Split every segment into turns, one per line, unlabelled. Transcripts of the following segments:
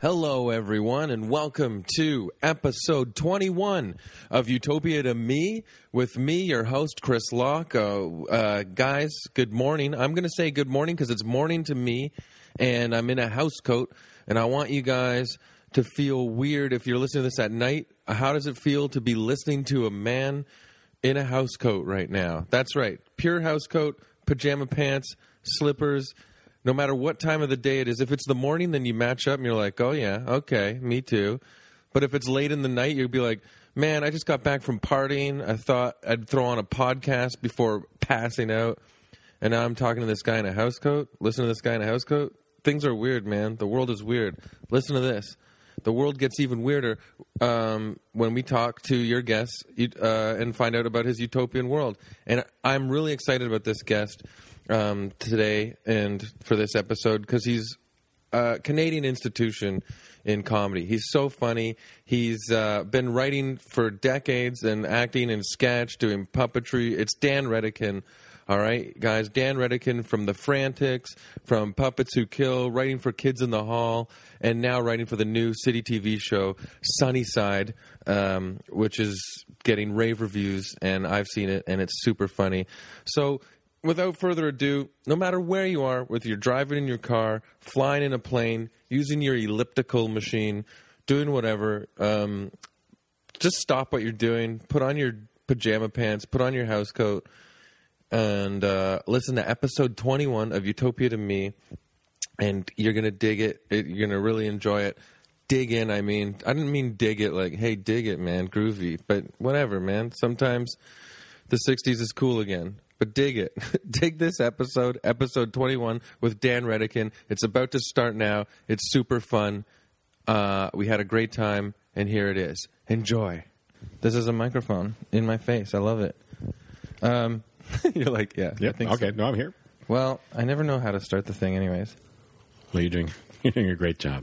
Hello, everyone, and welcome to episode 21 of Utopia to Me with me, your host, Chris Locke. Uh, uh, guys, good morning. I'm going to say good morning because it's morning to me, and I'm in a house coat, and I want you guys to feel weird if you're listening to this at night. How does it feel to be listening to a man in a house coat right now? That's right. Pure house coat, pajama pants, slippers no matter what time of the day it is, if it's the morning, then you match up and you're like, oh yeah, okay, me too. But if it's late in the night, you'd be like, man, I just got back from partying. I thought I'd throw on a podcast before passing out. And now I'm talking to this guy in a house coat. Listen to this guy in a house coat. Things are weird, man. The world is weird. Listen to this. The world gets even weirder um, when we talk to your guest uh, and find out about his utopian world. And I'm really excited about this guest um, today and for this episode because he's a Canadian institution in comedy. He's so funny. He's uh, been writing for decades and acting in sketch, doing puppetry. It's Dan Redican. All right, guys. Dan Redican from The Frantics, from Puppets Who Kill, writing for Kids in the Hall, and now writing for the new City TV show Sunnyside, um, which is getting rave reviews, and I've seen it, and it's super funny. So without further ado, no matter where you are, whether you're driving in your car, flying in a plane, using your elliptical machine, doing whatever, um, just stop what you're doing, put on your pajama pants, put on your house coat, and uh, listen to episode 21 of Utopia to Me. And you're going to dig it. it. You're going to really enjoy it. Dig in, I mean. I didn't mean dig it like, hey, dig it, man, groovy. But whatever, man. Sometimes the 60s is cool again. But dig it. dig this episode, episode 21, with Dan Redican. It's about to start now. It's super fun. Uh, we had a great time, and here it is. Enjoy. This is a microphone in my face. I love it. Um, you're like, yeah. I
Yep.
think so.
okay. No, I'm here.
Well, I never know how to start the thing, anyways.
Well, you're doing you're doing a great job.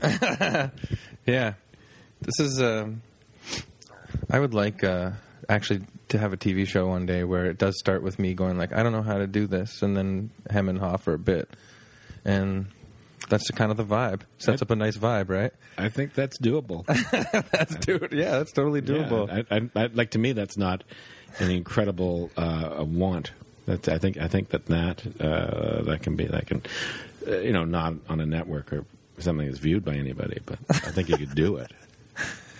Yeah. This is. Um, I would like uh, actually to have a TV show one day where it does start with me going like, I don't know how to do this, and then hem and haw for a bit, and that's the kind of the vibe. Sets up a nice vibe, right?
I think that's doable.
That's dude. Yeah, that's totally doable.
Yeah, I, I, I, like to me, that's not an incredible uh, want. That's, I think I think that that uh, that can be that can uh, you know not on a network or something that's viewed by anybody, but I think you could do it.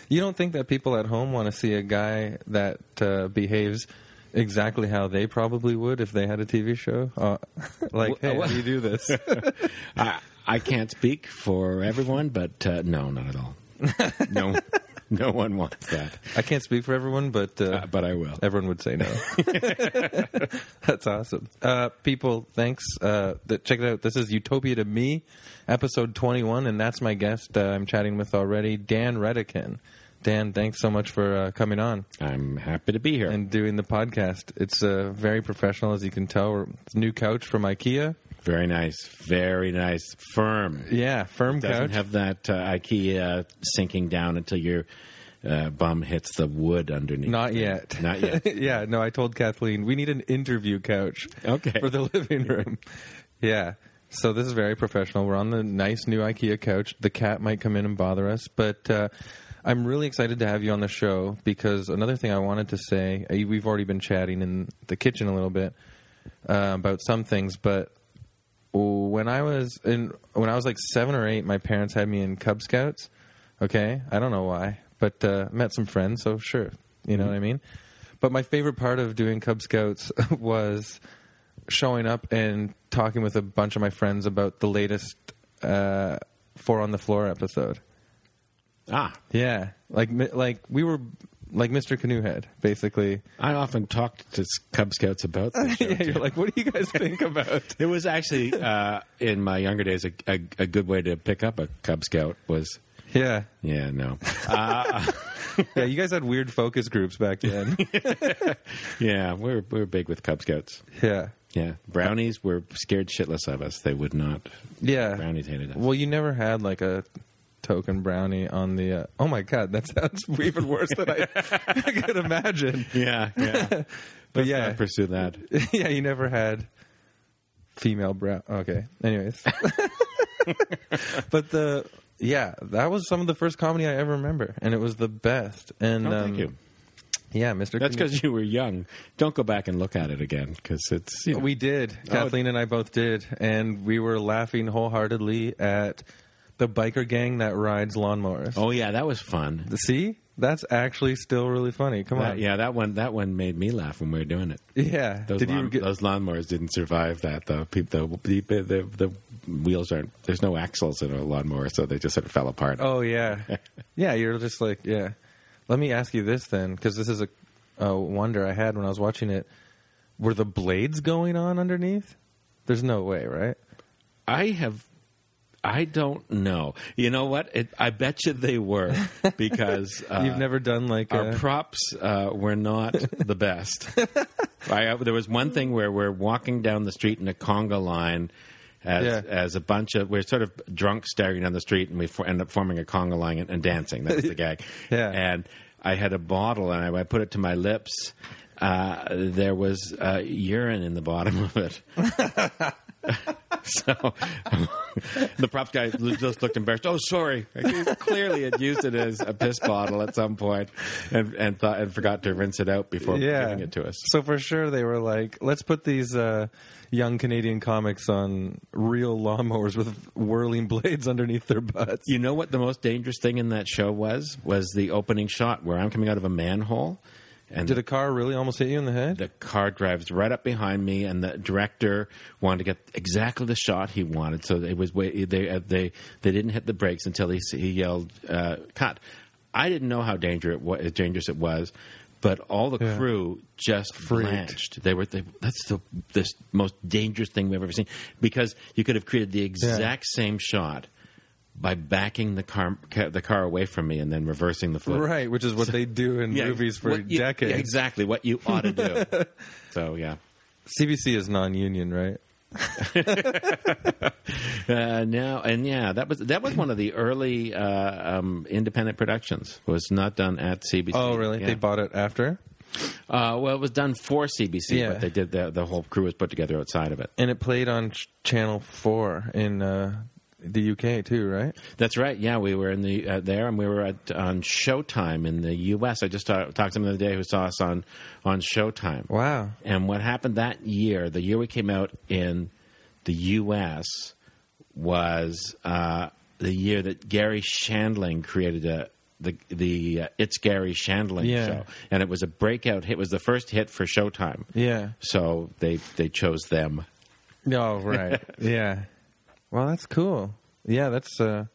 you don't think that people at home want to see a guy that uh, behaves. Exactly how they probably would if they had a TV show. Uh, like, hey, how do you do this?
I, I can't speak for everyone, but uh, no, not at all. No, no one wants that,
I can't speak for everyone, but uh,
uh, but I will.
Everyone would say no. That's awesome. Uh, people, thanks. Uh, th- check it out. This is Utopia to Me, episode 21, and that's my guest uh, I'm chatting with already, Dan Redican. Dan, thanks so much for uh, coming on
I'm happy to be here.
and doing the podcast. It's uh, very professional, as you can tell. We're, it's a new couch from IKEA.
Very nice, very nice, firm.
Yeah, firm
doesn't
couch.
have that uh, IKEA sinking down until your uh, bum hits the wood underneath.
Not yet.
Not yet.
yeah, no, I told Kathleen we need an interview couch.
Okay.
For the living room. Yeah. So this is very professional. We're on the nice new IKEA couch. The cat might come in and bother us, but uh, I'm really excited to have you on the show because another thing I wanted to say, uh, we've already been chatting in the kitchen a little bit uh, about some things, but when I was in when I was like seven or eight, my parents had me in Cub Scouts. Okay, I don't know why, but uh, met some friends, so sure, you know what I mean. But my favorite part of doing Cub Scouts was showing up and talking with a bunch of my friends about the latest uh, Four on the Floor episode.
Ah,
Yeah, like mi- like we were like Mr. Canoehead, basically.
I often talked to s- Cub Scouts about this.
yeah, you're like, what do you guys think about?
it was actually uh, in my younger days a, a, a good way to pick up a Cub Scout was.
Yeah,
Yeah, no.
yeah, you guys had weird focus groups back then.
yeah, we were, we were big with Cub Scouts.
yeah.
Yeah, brownies were scared shitless of us. They would not.
Yeah.
Brownies hated us.
Well, you never had like a token brownie on the. Uh, oh my god, that sounds even worse than I, I could imagine.
Yeah, yeah. Let's
But yeah,
not pursue that.
yeah, you never had female brown. Okay, anyways. but the yeah, that was some of the first comedy I ever remember, and it was the best. And
Oh, thank
um,
you.
Yeah, Mr.
That's
Comedian.
because you were young. Don't go back and look at it again because it's you Oh. know,
we did. Kathleen and I both did, and we were laughing wholeheartedly at the biker gang that rides lawnmowers.
Oh yeah, that was fun.
See, that's actually still really funny. Come
That-
on,
yeah, that one that one made me laugh when we were doing it.
yeah.
Those,
did
lawn,
you get?
those lawnmowers didn't survive that though. People, the, the, the, the wheels aren't. There's no axles in a lawnmower, so they just sort of fell apart.
Oh yeah, yeah. You're just like yeah. Let me ask you this then, because this is a, a wonder I had when I was watching it. Were the blades going on underneath? There's no way, right?
I have. I don't know. You know what? It, I bet you they were because uh,
You've never done like
our
a,
props uh, were not the best. I, uh, there was one thing where we're walking down the street in a conga line. As,
Yeah.
as a bunch of we're sort of drunk staring down the street and we for, end up forming a conga line and, and dancing that's the gag
Yeah.
and i had a bottle and I, I put it to my lips uh, there was uh, urine in the bottom of it so the props guy just looked embarrassed. Oh, sorry. Clearly, had used it as a piss bottle at some point, and and thought and forgot to rinse it out before
yeah.
giving it to us.
So for sure they were like, let's put these uh, young Canadian comics on real lawnmowers with whirling blades underneath their butts.
You know what the most dangerous thing in that show was? Was the opening shot where I'm coming out of a manhole, and
Did a car really almost hit you in the head?
the car drives right up behind me, and the director wanted to get exactly the shot he wanted. So it was way, they uh, they they didn't hit the brakes until he s- he yelled uh, cut. I didn't know how dangerous it was, dangerous it was, but all the
Yeah.
crew just
Freaked.
blanched. They were they, that's the this most dangerous thing we've ever seen because you could have created the exact same shot. By backing the car ca- the car away from me and then reversing the foot,
right, which is what they do in movies for
what you-
decades.
exactly what you ought to do. so yeah,
CBC is non-union, right?
uh, now and yeah, that was that was one of the early uh, um, independent productions. was not done at CBC.
Oh, really?
Yeah.
They bought it after,
uh, well, it was done for CBC,
Yeah.
but they did the the whole crew was put together outside of it.
and it played on ch- Channel Four in uh, the UK too, right?
That's right. Yeah, we were in the uh, there, and we were at on Showtime in the U.S. I just talked talked to someone the other day who saw us on on Showtime.
Wow.
And what happened that year, the year we came out in the U.S., was uh, the year that Gary Shandling created a, the the uh, It's Gary Shandling
Yeah.
show, and it was a breakout hit. It was the first hit for Showtime.
Yeah.
So they they chose them.
Oh, right. yeah. Well, that's cool. Yeah, that's. uh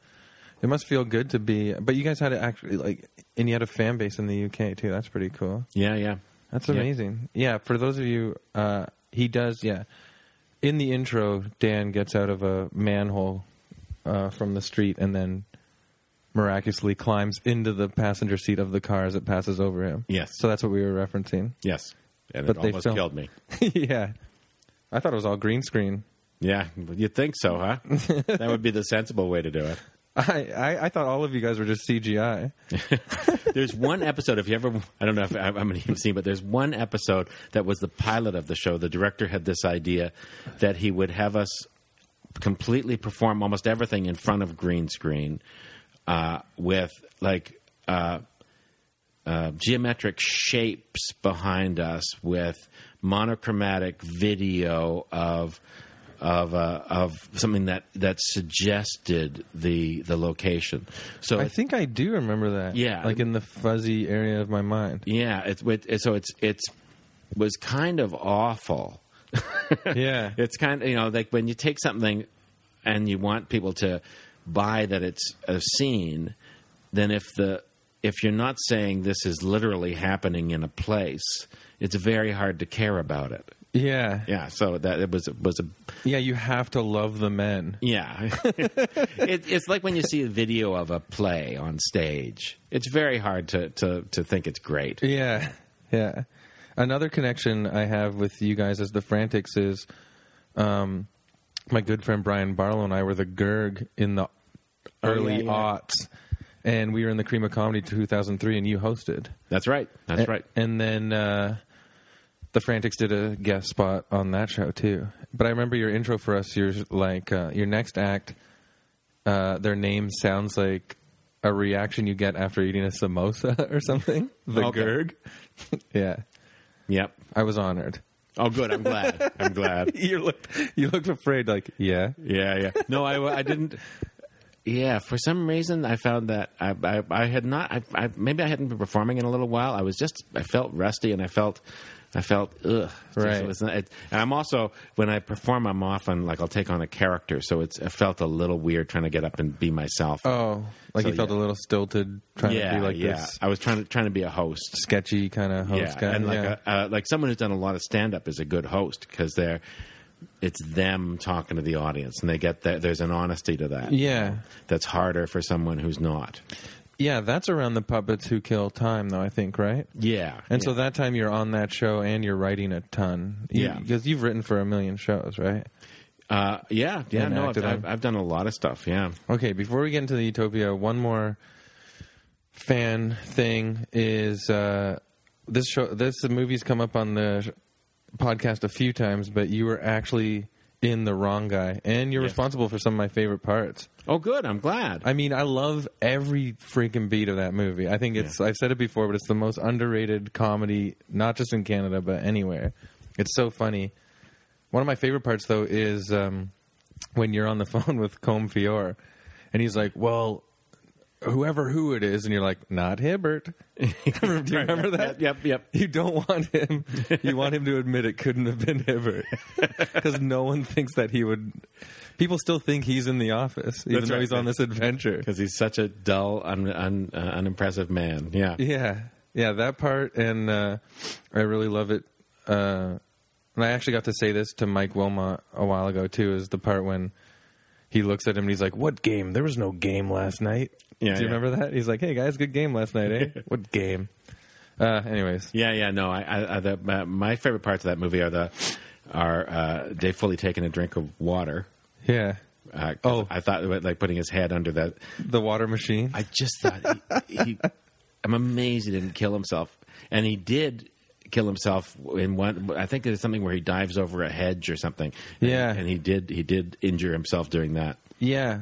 It must feel good to be. But you guys had to actually like, and you had a fan base in the UK too. That's pretty cool.
Yeah, yeah,
That's
Yeah.
amazing. Yeah. For those of you, uh he does. Yeah. In the intro, Dan gets out of a manhole uh, from the street and then miraculously climbs into the passenger seat of the car as it passes over him.
Yes.
So that's what we were referencing.
Yes, and
But
it
they
almost
filmed-
killed me.
yeah. I thought it was all green screen.
Yeah, you'd think so, huh? that would be the sensible way to do it.
I, I, I thought all of you guys were just CGI.
There's one episode. If you ever, I don't know if I- how many you've seen, but there's one episode that was the pilot of the show. The director had this idea that he would have us completely perform almost everything in front of green screen uh, with like uh, uh, geometric shapes behind us, with monochromatic video of. Of, uh, of something that, that suggested the the location. So
I think I do remember that.
Yeah.
Like in the fuzzy area of my mind.
Yeah, it's with it- so it's it's was kind of awful.
Yeah.
It's kind of you know like when you take something and you want people to buy that it's a scene, then if the if you're not saying this is literally happening in a place, it's very hard to care about it.
Yeah.
Yeah, so that it was was a
Yeah, you have to love the men.
yeah. it, it's like when you see a video of a play on stage. It's very hard to to to think it's great.
Yeah. Yeah. Another connection I have with you guys as the Frantics is um, my good friend Brian Barlow and I were the Gerg in the early
Oh, yeah, yeah.
aughts. And we were in the Cream of Comedy 2003 and you hosted.
That's right. That's right.
Eh, And then uh, the Frantics did a guest spot on that show too. But I remember your intro for us. You're like uh, your next act uh, their name sounds like a reaction you get after eating a samosa or something. The
Okay.
Gurg. yeah,
Yep.
I was honored.
Oh, good. I'm glad. I'm glad.
You looked, you looked afraid. Like, yeah,
Yeah, yeah. No, I, I didn't. Yeah, for some reason I found that I I, I had not I, I maybe I hadn't been performing in a little while. I was just I felt rusty and I felt I felt ugh.
Right.
So it's not, it, and I'm also when I perform, I'm often like I'll take on a character, so it's it felt a little weird trying to get up and be myself.
oh, like
So,
you felt
yeah.
a little stilted, trying
yeah,
to be like
yeah.
this
I was trying to trying to be a host.
sketchy kind of host
yeah,
guy.
and like
yeah.
A, uh, like someone who's done a lot of stand up is a good host because they're it's them talking to the audience and they get that there's an honesty to that.
yeah,
that's harder for someone who's not.
yeah, that's around the puppets who kill time, though. I think right.
Yeah,
And so that time you're on that show and you're writing a ton. You-
Yeah.
Because you've written for a million shows, right?
uh, yeah, yeah.
And
No, I've,
acted
I've,
on.
I've done a lot of stuff. Yeah,
Okay, before we get into the Utopia, one more fan thing is uh, this show. This movie's come up on the sh- podcast a few times, but you were actually in the wrong guy, and you're
Yes.
responsible for some of my favorite parts.
oh, good. I'm glad.
I mean, I love every freaking beat of that movie. I think it's. I've said it before, but it's the most underrated comedy, not just in Canada but anywhere. It's so funny. One of my favorite parts, though, is um, when you're on the phone with Combe Fior, and he's like, "Well, whoever who it is," and you're like, "Not Hibbert." Do you remember that?
Yep, yep.
You don't want him. You want him to admit it couldn't have been Hibbert, because no one thinks that he would. People still think he's in the office, even
That's
though
right.
he's on this adventure.
Because he's such a dull, un, un, uh, unimpressive man. Yeah.
Yeah, yeah, that part, and uh, I really love it. Uh, and I actually got to say this to Mike Wilmot a while ago too. Is the part when he looks at him and he's like, "What game? There was no game last night."
Yeah,
Do you
yeah.
remember that? He's like, "Hey guys, good game last night, eh? what game?" Uh, anyways,
Yeah, yeah, no. I, I, I the, my, my favorite parts of that movie are the are uh, Dave Foley taking a drink of water.
yeah,
Uh, 'cause
Oh.
I thought about, like putting his head under that.
the water machine.
I just thought he, he, I'm amazed he didn't kill himself, and he did kill himself in one. I think there's something where he dives over a hedge or something. And-
Yeah.
and he did he did injure himself doing that.
yeah,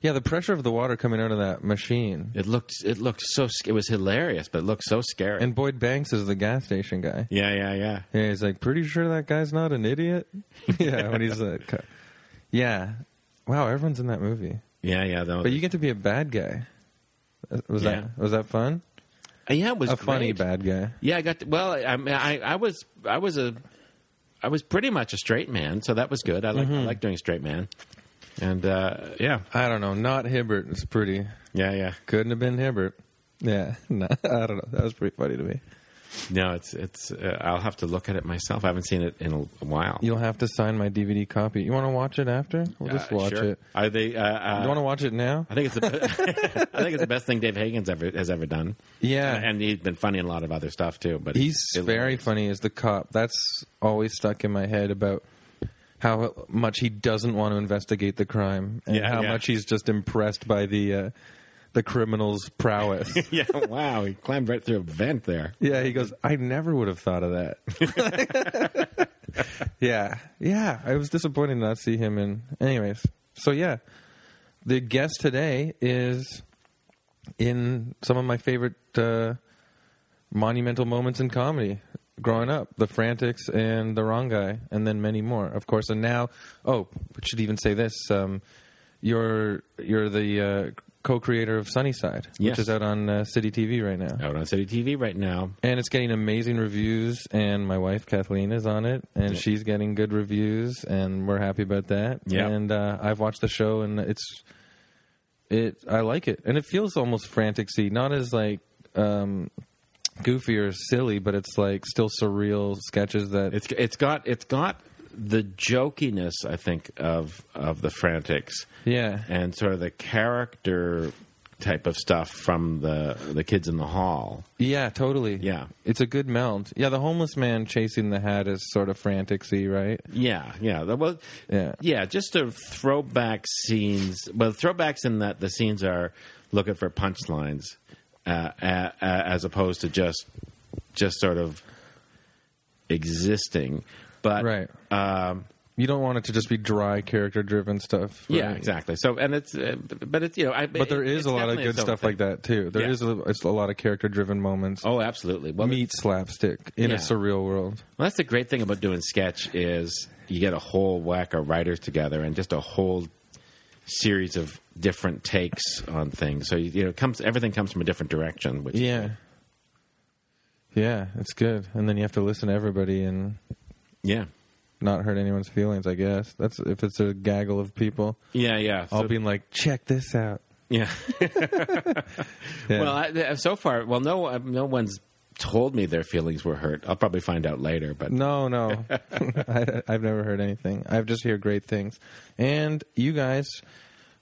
yeah, the pressure of the water coming out of that machine.
It looked it looked so sc- it was hilarious, but it looked so scary.
And Boyd Banks is the gas station guy.
yeah, yeah, yeah.
Yeah, he's like, pretty sure that guy's not an idiot. yeah, when he's like, cu- yeah, wow, everyone's in that movie,
Yeah, yeah, no,
but you get to be a bad guy. Uh, Was
Yeah.
that was that fun?
uh, yeah, it was
A funny
great.
bad guy.
Yeah, I got to, well. I, mean, I I was I was a I was pretty much a straight man, so that was good. I like I like doing straight man, and uh, yeah,
I don't know. Not Hibbert is pretty.
yeah, yeah.
Couldn't have been Hibbert. Yeah, no, I don't know. That was pretty funny to me.
No, it's it's. Uh, I'll have to look at it myself. I haven't seen it in a while.
You'll have to sign my DVD copy. You want to watch it after? We'll just
Uh,
watch
sure. Uh,
it.
Are they? Uh, uh,
You want to watch it now?
I think it's the. I think it's the best thing Dave Hagen's ever has ever done.
Yeah.
and, and he's been funny in a lot of other stuff too. But
He's
it-
very funny as the cop. That's always stuck in my head about how much he doesn't want to investigate the crime and
Yeah,
how
yeah.
much he's just impressed by the uh, the criminal's prowess.
Yeah, wow, he climbed right through a vent there.
yeah, he goes, "I never would have thought of that." yeah. Yeah, I was disappointed to not see him in anyways. So yeah, the guest today is in some of my favorite uh, monumental moments in comedy growing up the frantics and the wrong guy and then many more of course and now oh I should even say this um, you're you're the uh, co-creator of sunnyside
Yes.
which is out on uh, city tv right now
Out on City TV right now.
and it's getting amazing reviews and my wife kathleen is on it and she's getting good reviews and we're happy about that
Yeah.
and uh, i've watched the show and it's it i like it and it feels almost frantic not as like um goofy or silly but it's like still surreal sketches that
It's it's got it's got the jokiness I think of of the Frantics
yeah
and sort of the character type of stuff from the the kids in the hall.
yeah totally
Yeah.
it's a good meld yeah the homeless man chasing the hat is sort of frantic right
Yeah, yeah. That was
Yeah.
yeah. Just a throwback scenes. Well, throwbacks in that the scenes are looking for punchlines, uh, a- a- as opposed to just just sort of existing. But
right
um,
You don't want it to just be dry character driven stuff.
Yeah,
right?
exactly. So, and it's, uh, but it's you know, I,
But there is a lot of good stuff like that too. There
Yeah.
is a, it's a lot of character driven moments.
Oh, absolutely. Well,
Meet slapstick in a
Yeah.
surreal world.
Well, that's the great thing about doing sketch is you get a whole whack of writers together and just a whole series of different takes on things. So you, you know, it comes everything comes from a different direction. Which
Yeah. Yeah, it's good. And then you have to listen to everybody and
yeah,
not hurt anyone's feelings, I guess. That's if it's a gaggle of people
yeah, yeah. So-
all being like, check this out.
yeah.
Yeah.
Well, I, th- so far, well, no, uh, no one's told me their feelings were hurt. I'll probably find out later, but
no, no. I, I've never heard anything. I've just heard great things. And you guys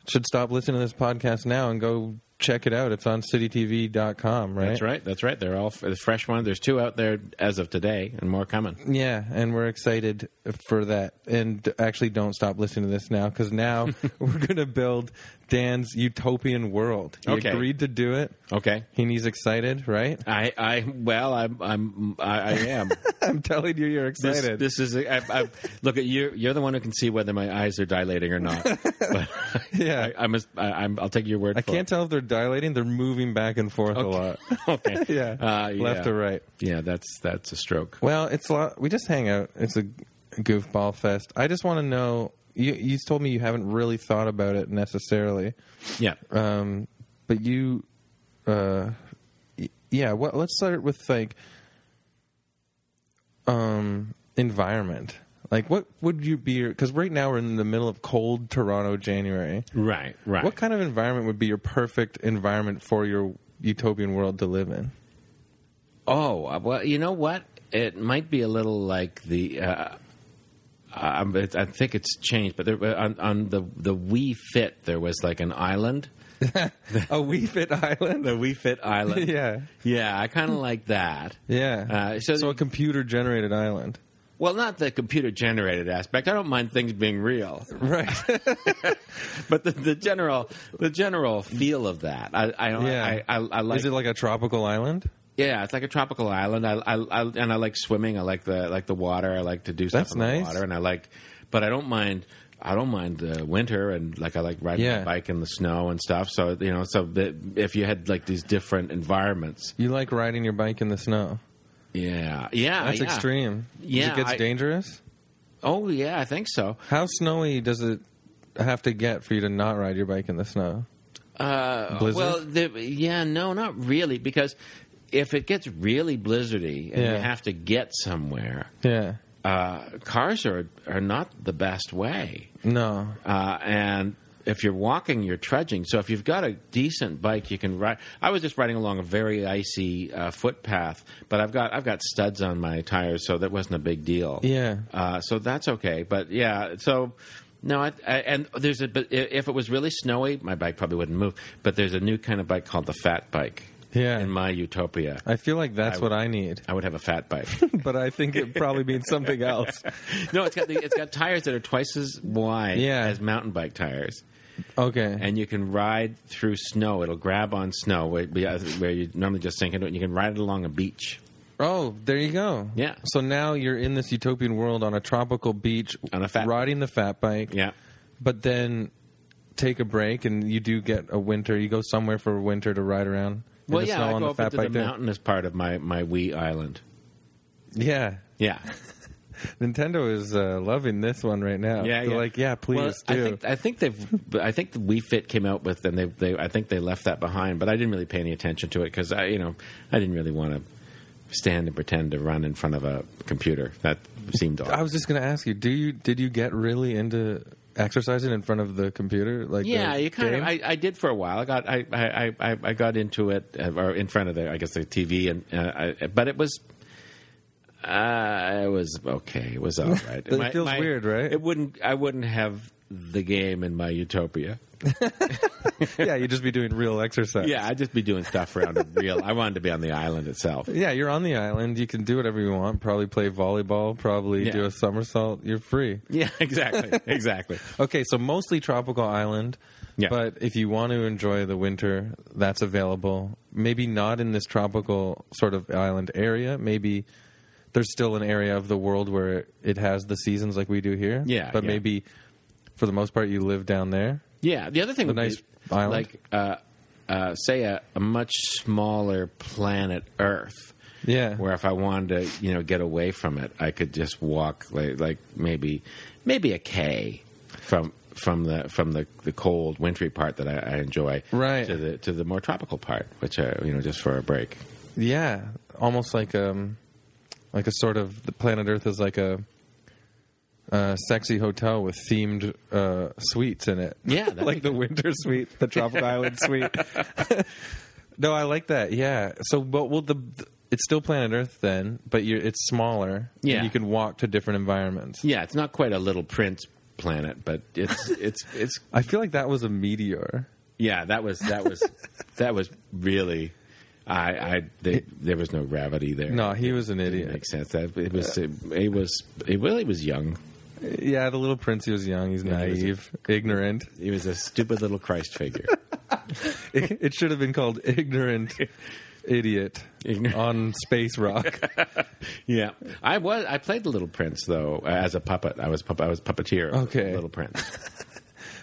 should stop listening to this podcast now and go check it out. It's on citytv.com, right?
that's right. That's right. They're all f- the fresh one. There's two out there as of today, and more coming.
Yeah, and we're excited for that. And actually, don't stop listening to this now because now we're going to build Dan's utopian world. He
Okay.
agreed to do it.
Okay.
He needs excited, right?
I, I, well, I'm, I'm, I, I am.
I'm telling you, you're
This,
excited.
this is a, I, I, look at you. You're the one who can see whether my eyes are dilating or not. But
yeah.
I, I must. I, I'm, I'll take your word.
I
for
can't tell if they're dilating. They're moving back and forth a lot.
it. okay.
Yeah.
Uh, yeah.
Left or right.
Yeah. That's that's a stroke.
Well, it's a lot. We just hang out. It's a goofball fest. I just want to know. You, you told me you haven't really thought about it necessarily,
Yeah.
um, but you, uh, y- yeah. What, let's start with like um, environment. Like, what would you be? Because right now we're in the middle of cold Toronto, January.
Right. Right.
What kind of environment would be your perfect environment for your utopian world to live in?
Oh uh, well, you know what? It might be a little like the. Uh, um, it, I think it's changed, but there, uh, on, on the the We Fit there was like an island,
A wee fit island.
the We Fit island.
Yeah.
yeah, I kind of like that.
Yeah.
Uh,
so,
so-
a computer generated island.
Well, not the computer generated aspect. I don't mind things being real,
Right.
but the, the general the general feel of that. I I,
Yeah.
I, I, I like.
Is it like a tropical island?
yeah, it's like a tropical island. I, I, I and I like swimming. I like the like the water. I like to do stuff
That's
in
nice.
the water, and I like. But I don't mind. I don't mind the winter, and like I like riding
Yeah.
my bike in the snow and stuff. So you know, so the, if you had like these different environments,
You like riding your bike in the snow.
yeah, yeah,
That's
Uh, yeah.
extreme.
Yeah,
Does it gets
I-
dangerous?
Oh yeah, I think so.
How snowy does it have to get for you to not ride your bike in the snow?
Uh,
Blizzard?
Well, the, yeah, no, not really, because if it gets really blizzardy and
Yeah.
you have to get somewhere,
Yeah.
uh, cars are are not the best way.
No.
Uh, and if you're walking, you're trudging. So if you've got a decent bike, you can ride. I was just riding along a very icy uh, footpath, but I've got I've got studs on my tires, so that wasn't a big deal.
Yeah.
Uh, so that's okay. But yeah, so no, I, I, and there's a but i- if it was really snowy, my bike probably wouldn't move. But there's a new kind of bike called the fat bike.
Yeah.
In my utopia,
I feel like that's what I need,
I would have a fat bike.
but I think it probably means something else.
no, it's got the, it's got tires that are twice as wide
Yeah.
as mountain bike tires.
Okay.
and you can ride through snow. It'll grab on snow where, where you normally just sink into it. And you can ride it along a beach.
Oh, there you go.
Yeah.
So now you're in this utopian world on a tropical beach,
On a fat-
riding the fat bike.
Yeah,
But then take a break, and you do get a winter. You go somewhere for a winter to ride around. in
well,
the
yeah.
snow
I
on
go
the
up
fat
into
bike
the
there.
mountainous part of my my Wii Island.
Yeah.
Yeah,
Nintendo is uh, loving this one right now.
yeah,
They're
yeah.
like, yeah, please
Well, I
do.
think, I think they've. I think the Wii Fit came out with, and they, they. I think they left that behind, but I didn't really pay any attention to it because I, you know, I didn't really want to stand and pretend to run in front of a computer. That seemed odd.
I was just going to ask you, do you did you get really into exercising in front of the computer? Like,
Yeah,
the
you kind
game?
of. I, I did for a while. I got I I, I, I got into it uh, or in front of the I guess the TV and uh, I, but it was. Uh, it was okay. It was all right.
It feels weird, right?
It wouldn't. I wouldn't have the game in my utopia.
yeah, you'd just be doing real exercise.
Yeah, I'd just be doing stuff around a real. I wanted to be on the island itself.
Yeah, you're on the island. You can do whatever you want. Probably play volleyball. Probably
Yeah.
do a somersault. You're free.
Yeah, exactly, exactly.
Okay, so mostly tropical island.
Yeah.
But if you want to enjoy the winter, that's available. Maybe not in this tropical sort of island area. Maybe there's still an area of the world where it has the seasons like we do here.
Yeah,
but
yeah.
maybe for the most part you live down there.
Yeah, the other thing would
nice
be
island.
like uh, uh, say a, a much smaller planet Earth.
Yeah.
Where if I wanted to, you know, get away from it, I could just walk like, like maybe maybe a K from from the from the, the cold wintry part that I, I enjoy
Right.
to the to the more tropical part, which I you know just for a break.
Yeah, almost like um, like a sort of the planet Earth is like a. Uh, sexy hotel with themed uh, suites in it.
Yeah, that'd
like
be
the winter suite, the tropical island suite. no, I like that. Yeah. So, but well, the it's still planet Earth then, but you're it's smaller. and
Yeah.
you can walk to different environments.
Yeah, it's not quite a Little Prince planet, but it's it's it's
I feel like that was a meteor.
Yeah, that was that was that was really. I, I they, there was no gravity there.
No, he was an
it
idiot.
makes sense. That it was it, was it really was young.
Yeah, the little prince. He was young. He's
he was-
naive, ignorant.
He was a stupid little Christ figure.
It, it should have been called ignorant idiot
Ignor-
on space rock.
yeah, I was. I played the Little Prince though uh, as a puppet. I was pup- I was puppeteer. of
Okay.
Little Prince.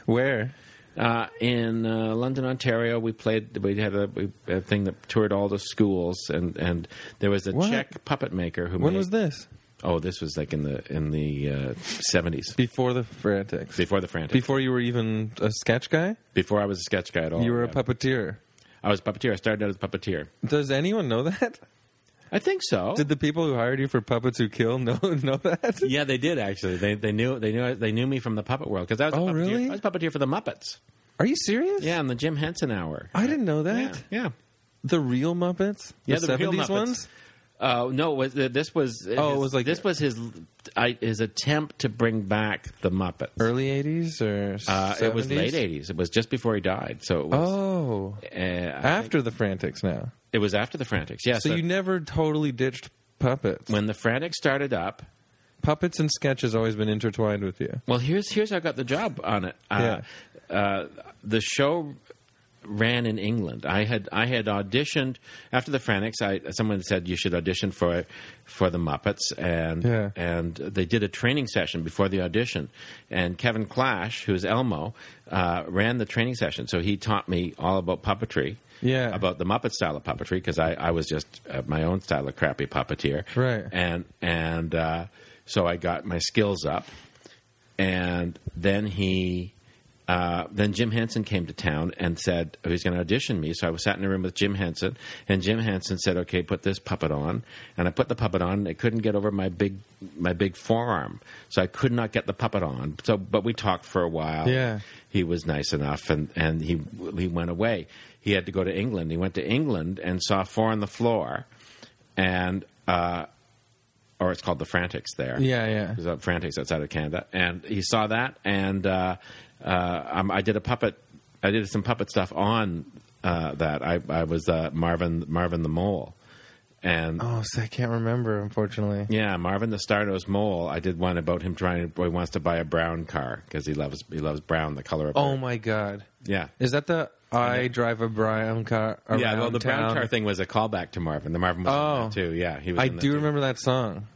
Where?
Uh, in uh, London, Ontario, we played. We had a, we, a thing that toured all the schools, and and there was a
What?
Czech puppet maker who.
When
made,
was this?
Oh, this was like in the in the uh, seventies.
Before the Frantics.
before the frantic.
Before you were even a sketch guy,
Before I was a sketch guy at all.
you were a
Oh, yeah.
puppeteer.
I was a puppeteer. I started out as a puppeteer.
Does anyone know that?
I think so.
Did the people who hired you for Puppets Who Kill know know that?
yeah, they did actually. They they knew they knew they knew me from the puppet world because I was
Oh,
a puppeteer.
really?
I was a puppeteer for the Muppets.
Are you serious?
Yeah, on the Jim Henson Hour.
I didn't know that.
yeah, yeah.
The real Muppets,
Yeah,
the
the real
seventies
Muppets.
ones.
Uh, no, it was, uh, this was
Oh,
his-
it was like-
this was his I, his attempt to bring back the Muppets.
Early eighties or
uh, it was
70s?
late '80s. It was just before he died. So it was
Oh,
uh, I think
after the Frantics now.
it was after the Frantics. Yeah.
So you never totally ditched puppets.
when the Frantics started up,
Puppets and sketch has always been intertwined with you.
Well, here's here's how I got the job on it. Uh, uh, the show ran in England. I had I had auditioned after the Frantics. I someone said you should audition for for the Muppets, and
Yeah.
and they did a training session before the audition. And Kevin Clash, who's Elmo, uh, ran the training session, so he taught me all about puppetry.
Yeah.
about the Muppet style of puppetry because I, I was just uh, my own style of crappy puppeteer.
Right.
and and uh, so I got my skills up and then he uh, then Jim Henson came to town and said oh, he's going to audition me. So I was sat in a room with Jim Henson, and Jim Henson said, "Okay, put this puppet on." And I put the puppet on, and I couldn't get over my big my big forearm, so I could not get the puppet on. So, but we talked for a while.
Yeah.
he was nice enough, and and he he went away. He had to go to England. He went to England and saw Four on the Floor, and uh, or it's called the Frantics there.
Yeah, yeah.
It was at Frantics outside of Canada, and he saw that, and uh, uh, um, I did a puppet. I did some puppet stuff on uh, that. I, I was uh, Marvin Marvin the Mole, and
Oh, so I can't remember, unfortunately.
yeah, Marvin the Stardust Mole. I did one about him trying. to He wants to buy a brown car because he loves he loves brown, the color of.
Oh
brown.
my God,
yeah.
is that the I drive a brown car around
Yeah, well, the brown
town?
car thing was a callback to Marvin. The Marvin was
Oh.
in that too. Yeah, he was.
I
in that
do
too.
remember that song,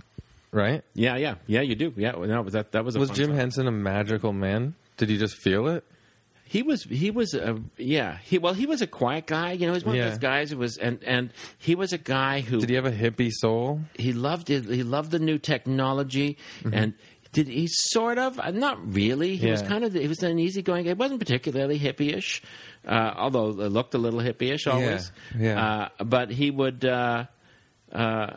right?
Yeah, yeah, yeah. You do. Yeah, no, but that that was a
Was
fun
Jim
song.
Henson a magical man? Did you just feel it?
He was he was a yeah he well he was a quiet guy you know he's one
Yeah.
of those guys who was and and he was a guy who
Did he have a hippie soul?
he loved it he loved the new technology and did he sort of uh, not really he was
Mm-hmm. Yeah.
kind of he was an easygoing guy. He wasn't particularly hippie-ish uh, although it looked a little hippie-ish always
yeah.
Uh, but he would uh, uh,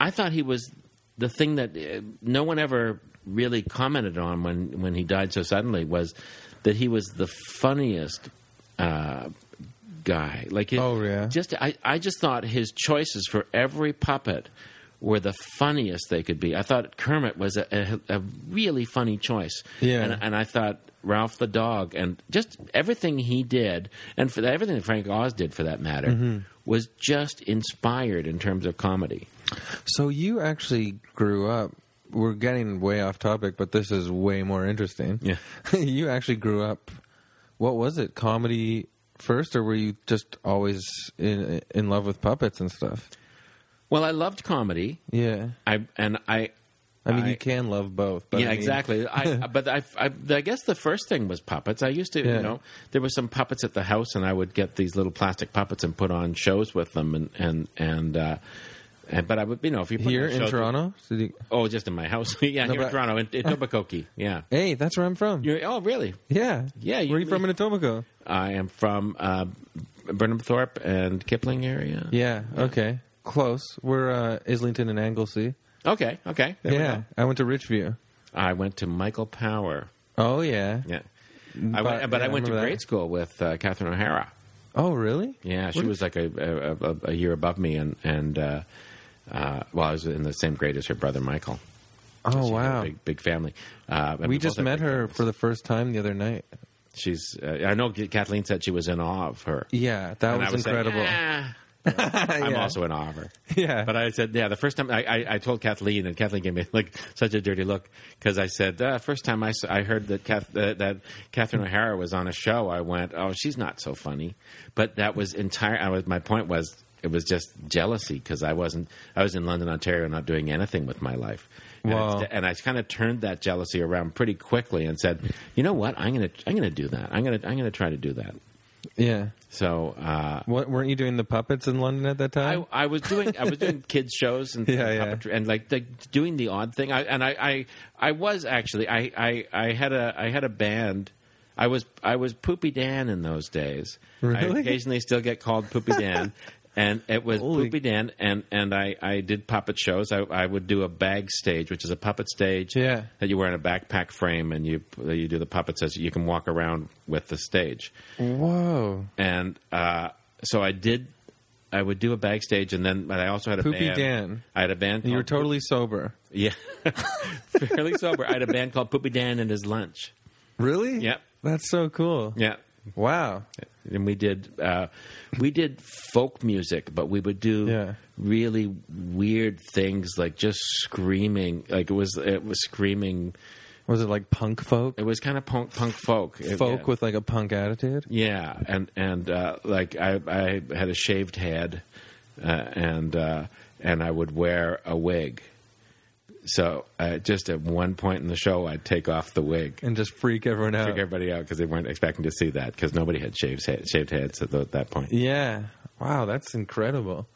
I thought he was the thing that uh, no one ever really commented on when when he died so suddenly was that he was the funniest uh, guy. Like, it-
Oh, yeah.
Just I, I just thought his choices for every puppet were the funniest they could be. I thought Kermit was a, a, a really funny choice.
Yeah.
and, and I thought Ralph the dog and just everything he did, and for that, everything that Frank Oz did for that matter, was just inspired in terms of comedy.
So you actually grew up. We're getting way off topic, but this is way more interesting.
Yeah.
you actually grew up. What was it? Comedy first, or were you just always in in love with puppets and stuff?
Well, I loved comedy.
Yeah.
I and I.
I mean,
I-
you can love both. But
yeah,
I mean-
exactly. I but I, I I guess the first thing was puppets. I used to,
Yeah.
you know, there was some puppets at the house, and I would get these little plastic puppets and put on shows with them, and and and. Uh, and, but I would, you know, if you put
Here
on
in
shows-
Toronto? Did you-
oh, just in my house, yeah,
No,
here in
but-
Toronto, in, in Etobicoke, yeah.
Hey, that's where I'm from.
You're, oh, really?
yeah.
Yeah, you-
Where are you from in Etobicoke?
I am from uh, Burnhamthorpe and Kipling area.
Yeah. Okay. Close. We're uh, Islington and Anglesey.
Okay, okay. There we
yeah.
go.
I went to Richview.
I went to Michael Power.
Oh yeah.
Yeah. I
Mm, But-
went, but
yeah,
I
I
went to
remember that.
grade school with uh, Catherine O'Hara.
Oh really?
Yeah, she
What-
was like a, a, a, a year above me, and and uh, uh, well, I was in the same grade as her brother Michael.
Oh
She had a
wow.
big, big family. Uh, and
we
both
just
had
met
big
her
families.
for the first time the other night.
She's. Uh, I know Kathleen said she was in awe of her.
Yeah, that
And I
was,
saying,
incredible.
"Ah." I'm
Yeah.
also in awe of her.
Yeah.
But I said, yeah, the first time I, I, I told Kathleen, and Kathleen gave me like such a dirty look because I said, uh, first time I, s- I heard that Kath, uh, that Catherine O'Hara was on a show, I went, oh, she's not so funny. But that was entire. I was my point was it was just jealousy because I wasn't. I was in London, Ontario, not doing anything with my life. And,
Wow.
it's- and I kind of turned that jealousy around pretty quickly and said, you know what, I'm gonna I'm gonna do that. I'm gonna I'm gonna try to do that.
yeah.
So. Uh,
What weren't you doing the puppets in London at that time?
I, I was doing I was doing kids shows and
Yeah, yeah.
puppetry and like the, doing the odd thing. I, and I, I I was actually I, I I had a I had a band. I was I was Poopy Dan in those days. I
Really?
occasionally still get called Poopy Dan. And it was
Holy-
Poopy Dan, and, and I, I did puppet shows. I, I would do a bag stage, which is a puppet stage
Yeah.
that you wear in a backpack frame, and you you do the puppets as you can walk around with the stage
Whoa.
and uh, so I did. I would do a backstage, and then but I also had a
Poopy
band.
Dan.
I had a band.
And you were
called-
totally sober.
yeah, fairly sober. I had a band called Poopy Dan and His Lunch.
Really?
Yep.
That's so cool.
Yeah,
Wow.
and we did uh, we did folk music, but we would do
Yeah.
really weird things like just screaming. Like it was it was screaming.
Was it like punk folk?
It was kind of punk punk folk It-
folk
yeah.
with like a punk attitude?
Yeah, and and uh, like I, I had a shaved head, uh, and uh, and I would wear a wig. So uh, just at one point in the show, I'd take off the wig,
And just freak everyone out.
freak everybody out because they weren't expecting to see that because nobody had shaved head, shaved heads at, the, at that point.
Yeah. Wow, that's incredible.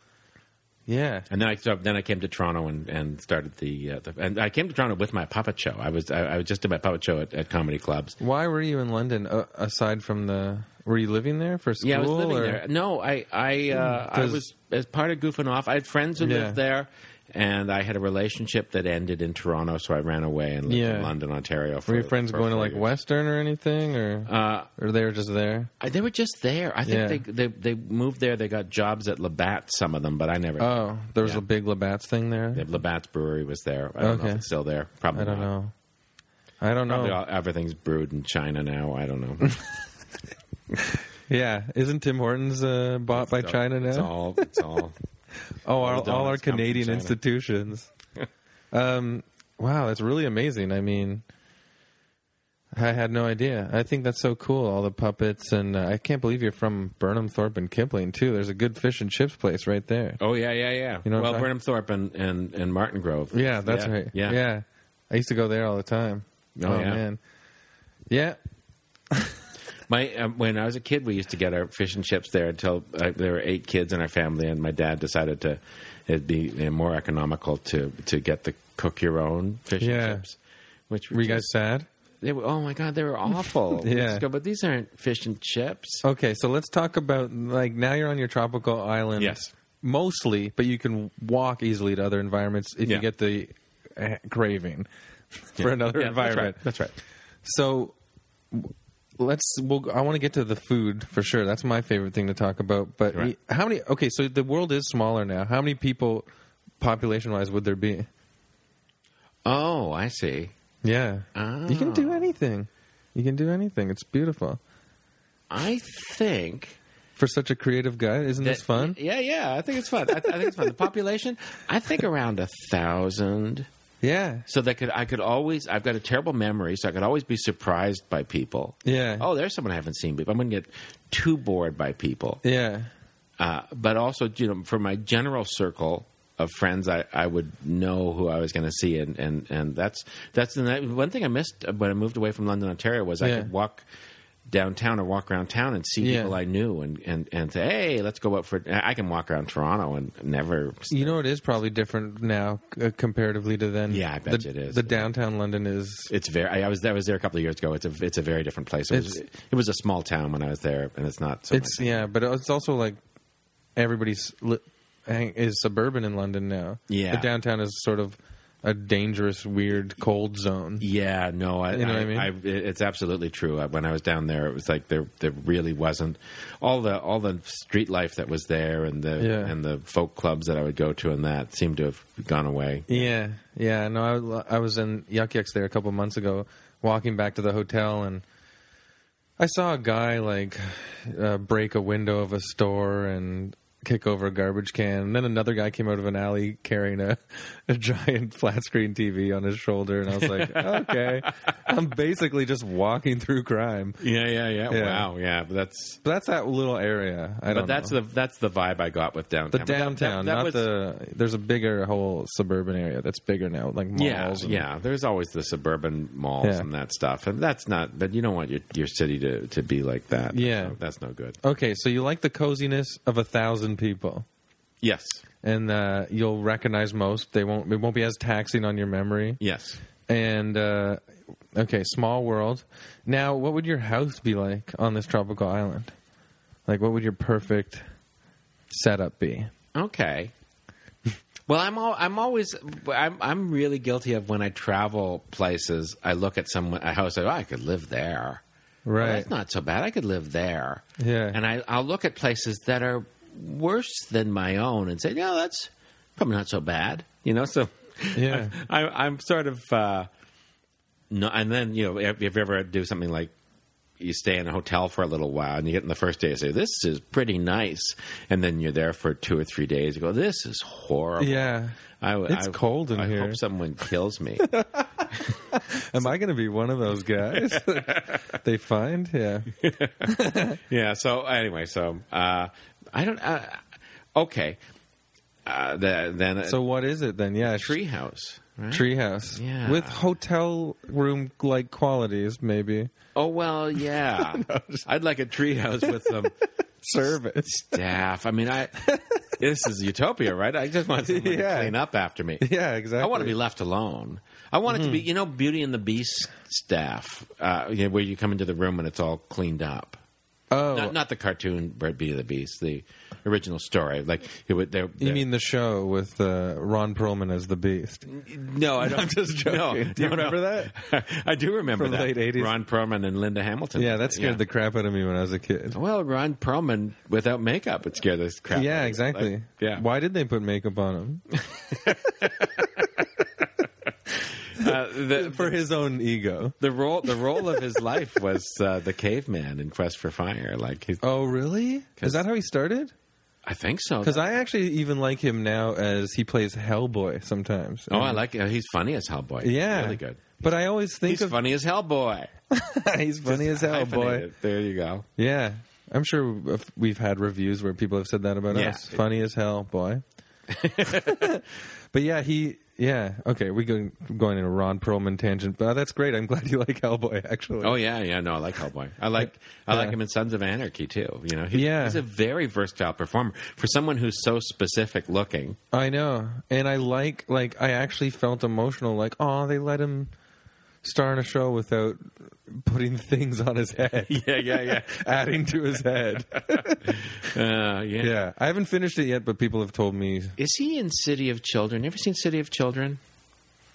Yeah.
And then I so then I came to Toronto and, and started the, uh, the and I came to Toronto with my puppet show. I was I, I just did my puppet show at, at comedy clubs.
Why were you in London uh, aside from the? Were you living there for school?
Yeah, I was living
or-
there. No, I I uh, I
'cause-
was as part of goofing off. I had friends who
Yeah.
lived there, and I had a relationship that ended in Toronto, so I ran away and lived
Yeah.
in London, Ontario. For,
Were your friends
for
going to
four
like
years.
Western or anything, or
Uh,
or they were just there?
I- they were just there. I think
Yeah.
they, they they moved there. They got jobs at Labatt. Some of them, but I never.
Oh, there was
yeah.
a big Labatt's thing there.
The Labatt's brewery was there. I don't know
Okay.
if it's still there. Probably.
I don't
not.
know. Oh. I don't know.
Probably all- everything's brewed in China now. I don't know.
Yeah, isn't Tim Hortons uh, bought by
So
China
It's
now?
all. It's all.
oh, our,
the
all our
donuts come from
Canadian
China.
institutions. um, wow, that's really amazing. I mean, I had no idea. I think that's so cool. All the puppets, and uh, I can't believe you're from Burnham Thorpe and Kipling too. There's a good fish and chips place right there.
Oh yeah, yeah, yeah.
You know what
well,
I'm
Burnham Thorpe and, and, and Martin Grove.
Yeah, that's right.
Yeah.
yeah. I used to go there all the time.
Oh, yeah.
man. Yeah.
My um, when I was a kid, we used to get our fish and chips there until uh, there were eight kids in our family, and my dad decided to it'd be uh, more economical to to get the cook your own fish
Yeah.
and chips. Which
Were you guys
just-
sad?
They were, oh my god, they were awful. We
Yeah. Oh,
just go, but these aren't fish and chips.
Okay, so let's talk about like now you're on your tropical island.
Yes.
Mostly, but you can walk easily to other environments if
Yeah.
you get the eh, craving for another
Yeah,
environment.
That's right.
So w- let's we'll I want to get to the food for sure. That's my favorite thing to talk about, but
Right.
we- how many Okay, so the world is smaller now. How many people population-wise would there be?
That's right. Oh, I see.
Yeah. You can do
Ah.
anything. You can do anything. It's beautiful.
I think
For such a creative guy, isn't this
that-
fun?
Yeah, yeah. I think it's fun. I, I think it's fun. The population, I think around a thousand.
Yeah.
so that could I could always I've got a terrible memory, so I could always be surprised by people.
Yeah.
Oh, there's someone I haven't seen before. I'm going to get too bored by people.
Yeah.
Uh, but also, you know, for my general circle, of friends, I, I would know who I was going to see, and, and, and that's that's the night- one thing I missed when I moved away from London, Ontario, was I
Yeah.
could walk downtown or walk around town and see
Yeah.
people I knew, and, and, and say, hey, let's go out for. I can walk around Toronto and never.
You know, it is probably different now uh, comparatively to then.
Yeah, I bet
the,
it is.
The downtown London is.
It's very. I, I was. I was there a couple of years ago. It's a. It's a very different place. It was.
It's-
It was a small town when I was there, and it's not. So
It's
much-
yeah, but it's also like everybody's li- hang- is suburban in London now.
Yeah.
the downtown is sort of a dangerous, weird, cold zone.
Yeah, no, I,
You know
I,
what I mean?
I- it- it's absolutely true. Uh, When I was down there, it was like there there really wasn't all the all the street life that was there, and the
Yeah.
and the folk clubs that I would go to, and that seemed to have gone away.
Yeah, yeah. No, I, was- I was in Yuck Yucks there a couple months ago, walking back to the hotel, and I saw a guy like uh, break a window of a store and kick over a garbage can. And then another guy came out of an alley carrying a, a giant flat screen TV on his shoulder, and I was like, okay, I'm basically just walking through crime.
Yeah, yeah, yeah.
Wow,
Wow, yeah, but that's.
But that's that little area. I
But
don't
that's
know.
the that's the vibe I got with downtown.
the
But that- that-
downtown,
that
not
was-
the. There's a bigger whole suburban area that's bigger now, like malls.
Yeah,
and-
yeah. There's always the suburban malls
Yeah.
and that stuff, and that's not. But you don't want your your city to, to be like that.
Yeah.
That's no- that's no good.
Okay, so you like the coziness of a thousand people,
Yes,
and uh, you'll recognize most. They won't. It won't be as taxing on your memory.
yes.
And uh, okay, small world. Now, what would your house be like on this tropical island? Like, what would your perfect setup be?
Okay. Well, I'm all, I'm always I'm I'm really guilty of when I travel places. I look at someone a house. I go, oh, I could live there. Well,
Right.
that's not so bad. I could live there.
Yeah.
And I I'll look at places that are worse than my own and say, no, that's probably not so bad. You know. So
Yeah.
I, I'm sort of uh, no. And then you know, if, if you ever do something like you stay in a hotel for a little while and you get in the first day and say this is pretty nice and then you're there for two or three days you go this is horrible
yeah.
I,
It's
I-
cold in
I
here.
hope someone kills me
Am I going to be one of those guys they find? Yeah.
yeah so anyway so uh, i don't uh, okay uh, the, then
So what is it then? Yeah,
tree house right?
treehouse.
Yeah.
With hotel room like qualities, maybe
oh well yeah i'd like a tree house with some
service.
staff i mean i this is utopia right i just want someone
Yeah.
to clean up after me
Yeah, exactly.
I want to be left alone. I want it to be,
Mm-hmm.
you know, Beauty and the Beast staff, uh, you know, where you come into the room and it's all cleaned up.
Oh,
Not, not the cartoon Beauty and the Beast, the original story. Like it would. They're,
you mean the show with uh, Ron Perlman as the Beast?
Mm, no? I don't,
I'm just joking.
No,
Do you
no, no.
remember that?
I do remember
From
that.
late 80s?
Ron Perlman and Linda Hamilton.
Yeah, that scared the crap out of me when I was a kid.
Well, Ron Perlman without makeup, it scared the crap. out
Yeah,
of me.
exactly.
Like, yeah.
Why did they put makeup on him?
Uh, the,
For his own ego.
the role, the role of his life was uh, the caveman in Quest for Fire. Like, he,
Oh, really? Is that how he started?
I think so.
Because I actually even like him now as he plays Hellboy sometimes.
Oh, I like it. He's funny as Hellboy. He's
Yeah,
really good.
But I always think
He's
of
funny as Hellboy.
he's funny as Hellboy.
Hyphenated. There you go.
Yeah, I'm sure if- we've had reviews where people have said that about
Yeah.
us. Funny as hell, boy. but yeah, he. Yeah, okay, we going going in a Ron Perlman tangent, but that's great. I'm glad you like Hellboy. Actually,
Oh yeah, yeah. No, I like Hellboy. I like uh, I
Yeah.
like him in Sons of Anarchy too. You know, he's,
Yeah.
he's a very versatile performer for someone who's so specific looking.
I know, and I like like I actually felt emotional. Like, oh, they let him star in a show without putting things on his head,
Yeah, yeah, yeah.
adding to his head.
Uh, yeah.
yeah, I haven't finished it yet, but people have told me.
Is he in City of Children? You ever seen City of Children?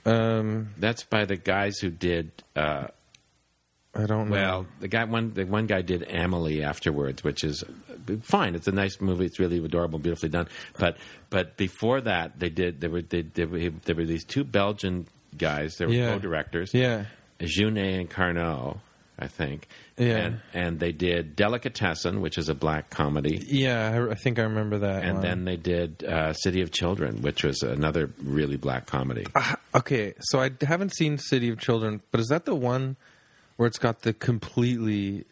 Um,
That's by the guys who did. Uh,
I don't know.
well, the guy one the one guy did Amelie afterwards, which is fine. It's a nice movie. It's really adorable, beautifully done. But but before that, they did there were they, they, were- there were these two Belgian guys. They were
Yeah.
co-directors,
yeah,
Junet and Carnot, I think.
Yeah.
and, and they did Delicatessen, which is a black comedy.
yeah, I, I think I remember that.
And
one.
then they did uh, City of Children, which was another really black comedy.
Uh, Okay, so I haven't seen City of Children, but is that the one where it's got the completely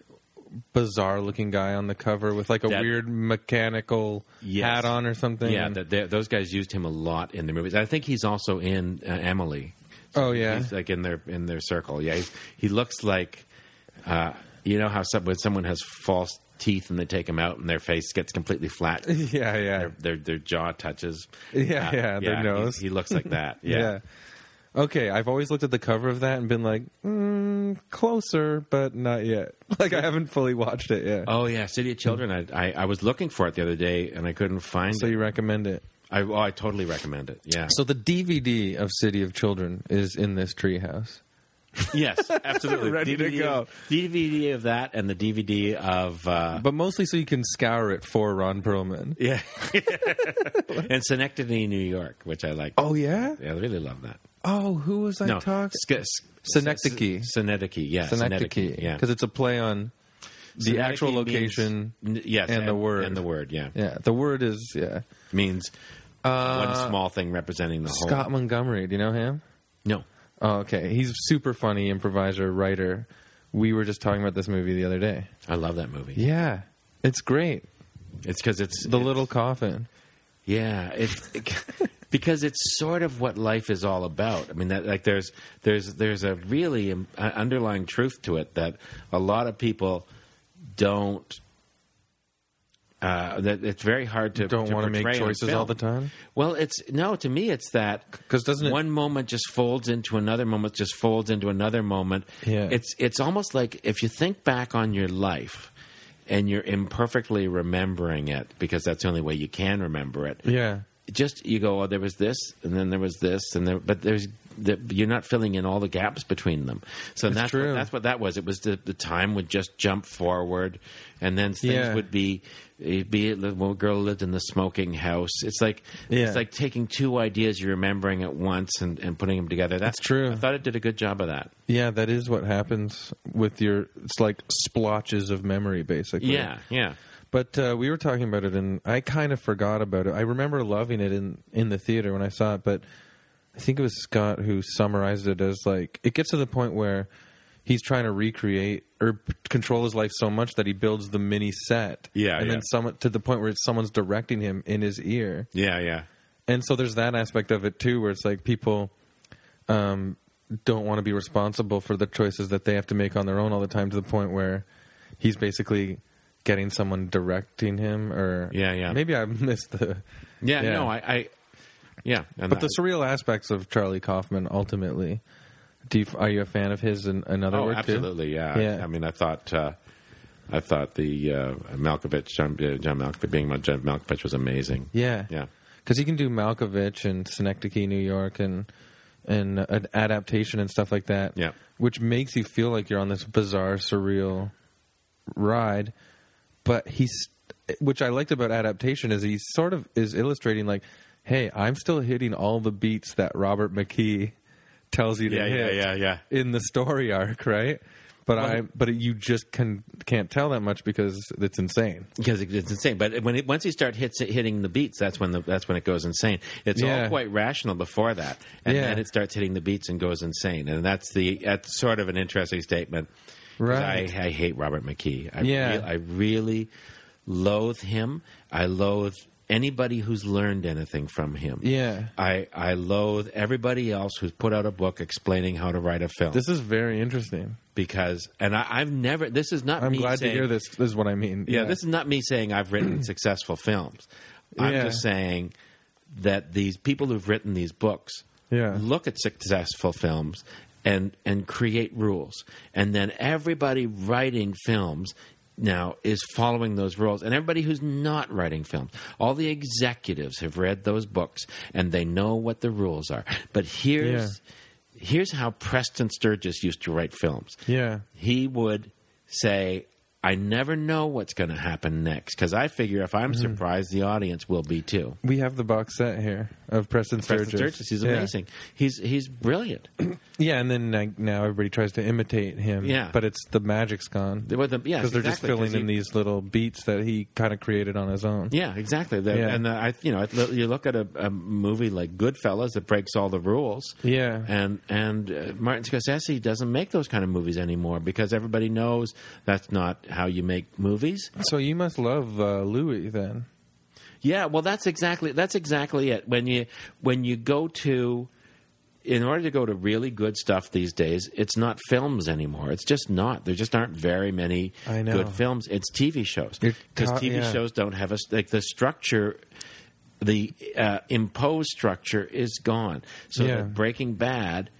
bizarre looking guy on the cover with like a
That-
weird mechanical
Yes.
hat on or something.
Yeah,
And-
that they, those guys used him a lot in the movies. I think he's also in uh, Emily.
oh yeah.
He's like in their in their circle. Yeah, he's, he looks like uh, you know how some, when someone has false teeth and they take them out and their face gets completely flat.
Yeah, yeah.
Their, their their jaw touches. Uh,
Yeah, yeah, their
he-
nose.
He, looks like that.
Yeah.
Yeah.
Okay, I've always looked at the cover of that and been like, mm, closer, but not yet. Like I haven't fully watched it yet.
Oh yeah, City of Children. I, I I was looking for it the other day and I couldn't find
so
it.
you recommend it?
I oh, I totally recommend it. Yeah.
So the DVD of City of Children is in this treehouse.
yes, absolutely.
Ready to
DVD
go.
Of, DVD of that and the DVD of uh,
But mostly so you can scour it for Ron Perlman.
yeah, and Schenectady, New York, which I like.
Oh yeah?
Yeah, I really love that.
Oh, who was I
No,
talking?
Sk- s-
Synecdoche.
S- Synecdoche, yeah.
Synecdoche.
yeah.
Because it's a play on the
Synecdoche
actual
means-
location.
n- yes,
and the word.
and the word, yeah,
yeah, the word is yeah. Uh,
means one small thing representing the whole.
Scott Montgomery. Do you know him?
No,
Oh, okay. He's super funny improviser, writer. We were just talking about this movie the other day.
I love that movie.
Yeah. It's great.
It's because it's
The
it-
Little Coffin.
Yeah, it's because it's sort of what life is all about. I mean, that like there's there's there's a really um, uh, underlying truth to it that a lot of people don't. Uh, that it's very hard to
Don't
to
wanna make
portray on
choices
film.
all the time?
Well, it's no to me. It's that
'Cause doesn't it-
one moment just folds into another moment, just folds into another moment.
Yeah.
it's it's almost like if you think back on your life and you're imperfectly remembering it because that's the only way you can remember it
Yeah.
just you go, oh, there was this, and then there was this, and there, but there's the, you're not filling in all the gaps between them. So that's what-
true.
that's what that was. It was the, the time would just jump forward, and then things
Yeah.
would be it'd be the well, girl lived in the smoking house. It's like
Yeah.
it's like taking two ideas you're remembering at once and, and putting them together. That's
true.
I thought it did a good job of that.
Yeah, that is what happens with your it's like splotches of memory basically.
Yeah, yeah.
But uh, we were talking about it, and I kind of forgot about it. I remember loving it in in the theater when I saw it, but I think it was Scott who summarized it as like it gets to the point where he's trying to recreate or p- control his life so much that he builds the mini set,
Yeah,
and
yeah.
then someone to the point where it's someone's directing him in his ear,
Yeah, yeah.
and so there's that aspect of it too, where it's like people. Um, don't want to be responsible for the choices that they have to make on their own all the time to the point where he's basically getting someone directing him or
Yeah, yeah.
maybe i missed the
Yeah,
Yeah.
no, I, I yeah. And
but
I-
the surreal aspects of charlie kaufman ultimately do you, are you a fan of his and another
oh,
work
absolutely,
too?
yeah. I mean, I thought, uh, I thought the uh, Malkovich, John, uh, John Malkovich, being my John Malkovich was amazing.
yeah
yeah.
because he can do malkovich and synecdoche new york and and an adaptation and stuff like that
Yeah.
which makes you feel like you're on this bizarre surreal ride but he's which i liked about adaptation is he sort of is illustrating like hey i'm still hitting all the beats that robert mckee tells you to
Yeah, yeah,
hit
yeah, yeah.
in the story arc right but i but you just can can't tell that much because it's insane
because it- it's insane. But when it, once you start hits hitting the beats, that's when the that's when it goes insane. It's
Yeah.
all quite rational before that, and
Yeah.
then it starts hitting the beats and goes insane. And that's the that's sort of an interesting statement. 'Cause
Right.
I, I hate Robert McKee. I
Yeah.
re- I really loathe him. I loathe anybody who's learned anything from him.
Yeah.
I I loathe everybody else who's put out a book explaining how to write a film
this is very interesting
because and I, I've never this is not
i'm
me
glad
saying,
to hear this this is what i mean
yeah, this is not me saying I've written successful films. I'm
Yeah.
just saying that these people who've written these books
Yeah.
look at successful films and and create rules, and then everybody writing films now is following those rules and everybody who's not writing films all the executives have read those books and they know what the rules are but here's here's how Preston Sturges used to write films
yeah
he would say, I never know what's going to happen next because I figure if
Mm-hmm.
I'm surprised, the audience will be too.
We have the box set here of Preston Sturges.
Preston Sturges, he's
Yeah.
amazing. He's he's brilliant.
Yeah, and then like, now everybody tries to imitate him.
Yeah.
but it's the magic's gone
Well, the- yes,
because they're just
exactly,
filling
'cause he-
in these little beats that he kind of created on his own.
Yeah, exactly. The-
Yeah.
And the, I, you know, it- you look at a, a movie like Goodfellas that breaks all the rules.
Yeah.
and and uh, Martin Scorsese doesn't make those kind of movies anymore because everybody knows that's not how you make movies.
So you must love uh, Louis then.
Yeah, well, that's exactly that's exactly it. When you when you go to in order to go to really good stuff these days, it's not films anymore. It's just not. There just aren't very many
I know.
good films. It's TV shows
You're
because
ta-
TV
yeah.
shows don't have a s- like the structure. The uh, imposed structure is gone, so
Yeah.
that Breaking Bad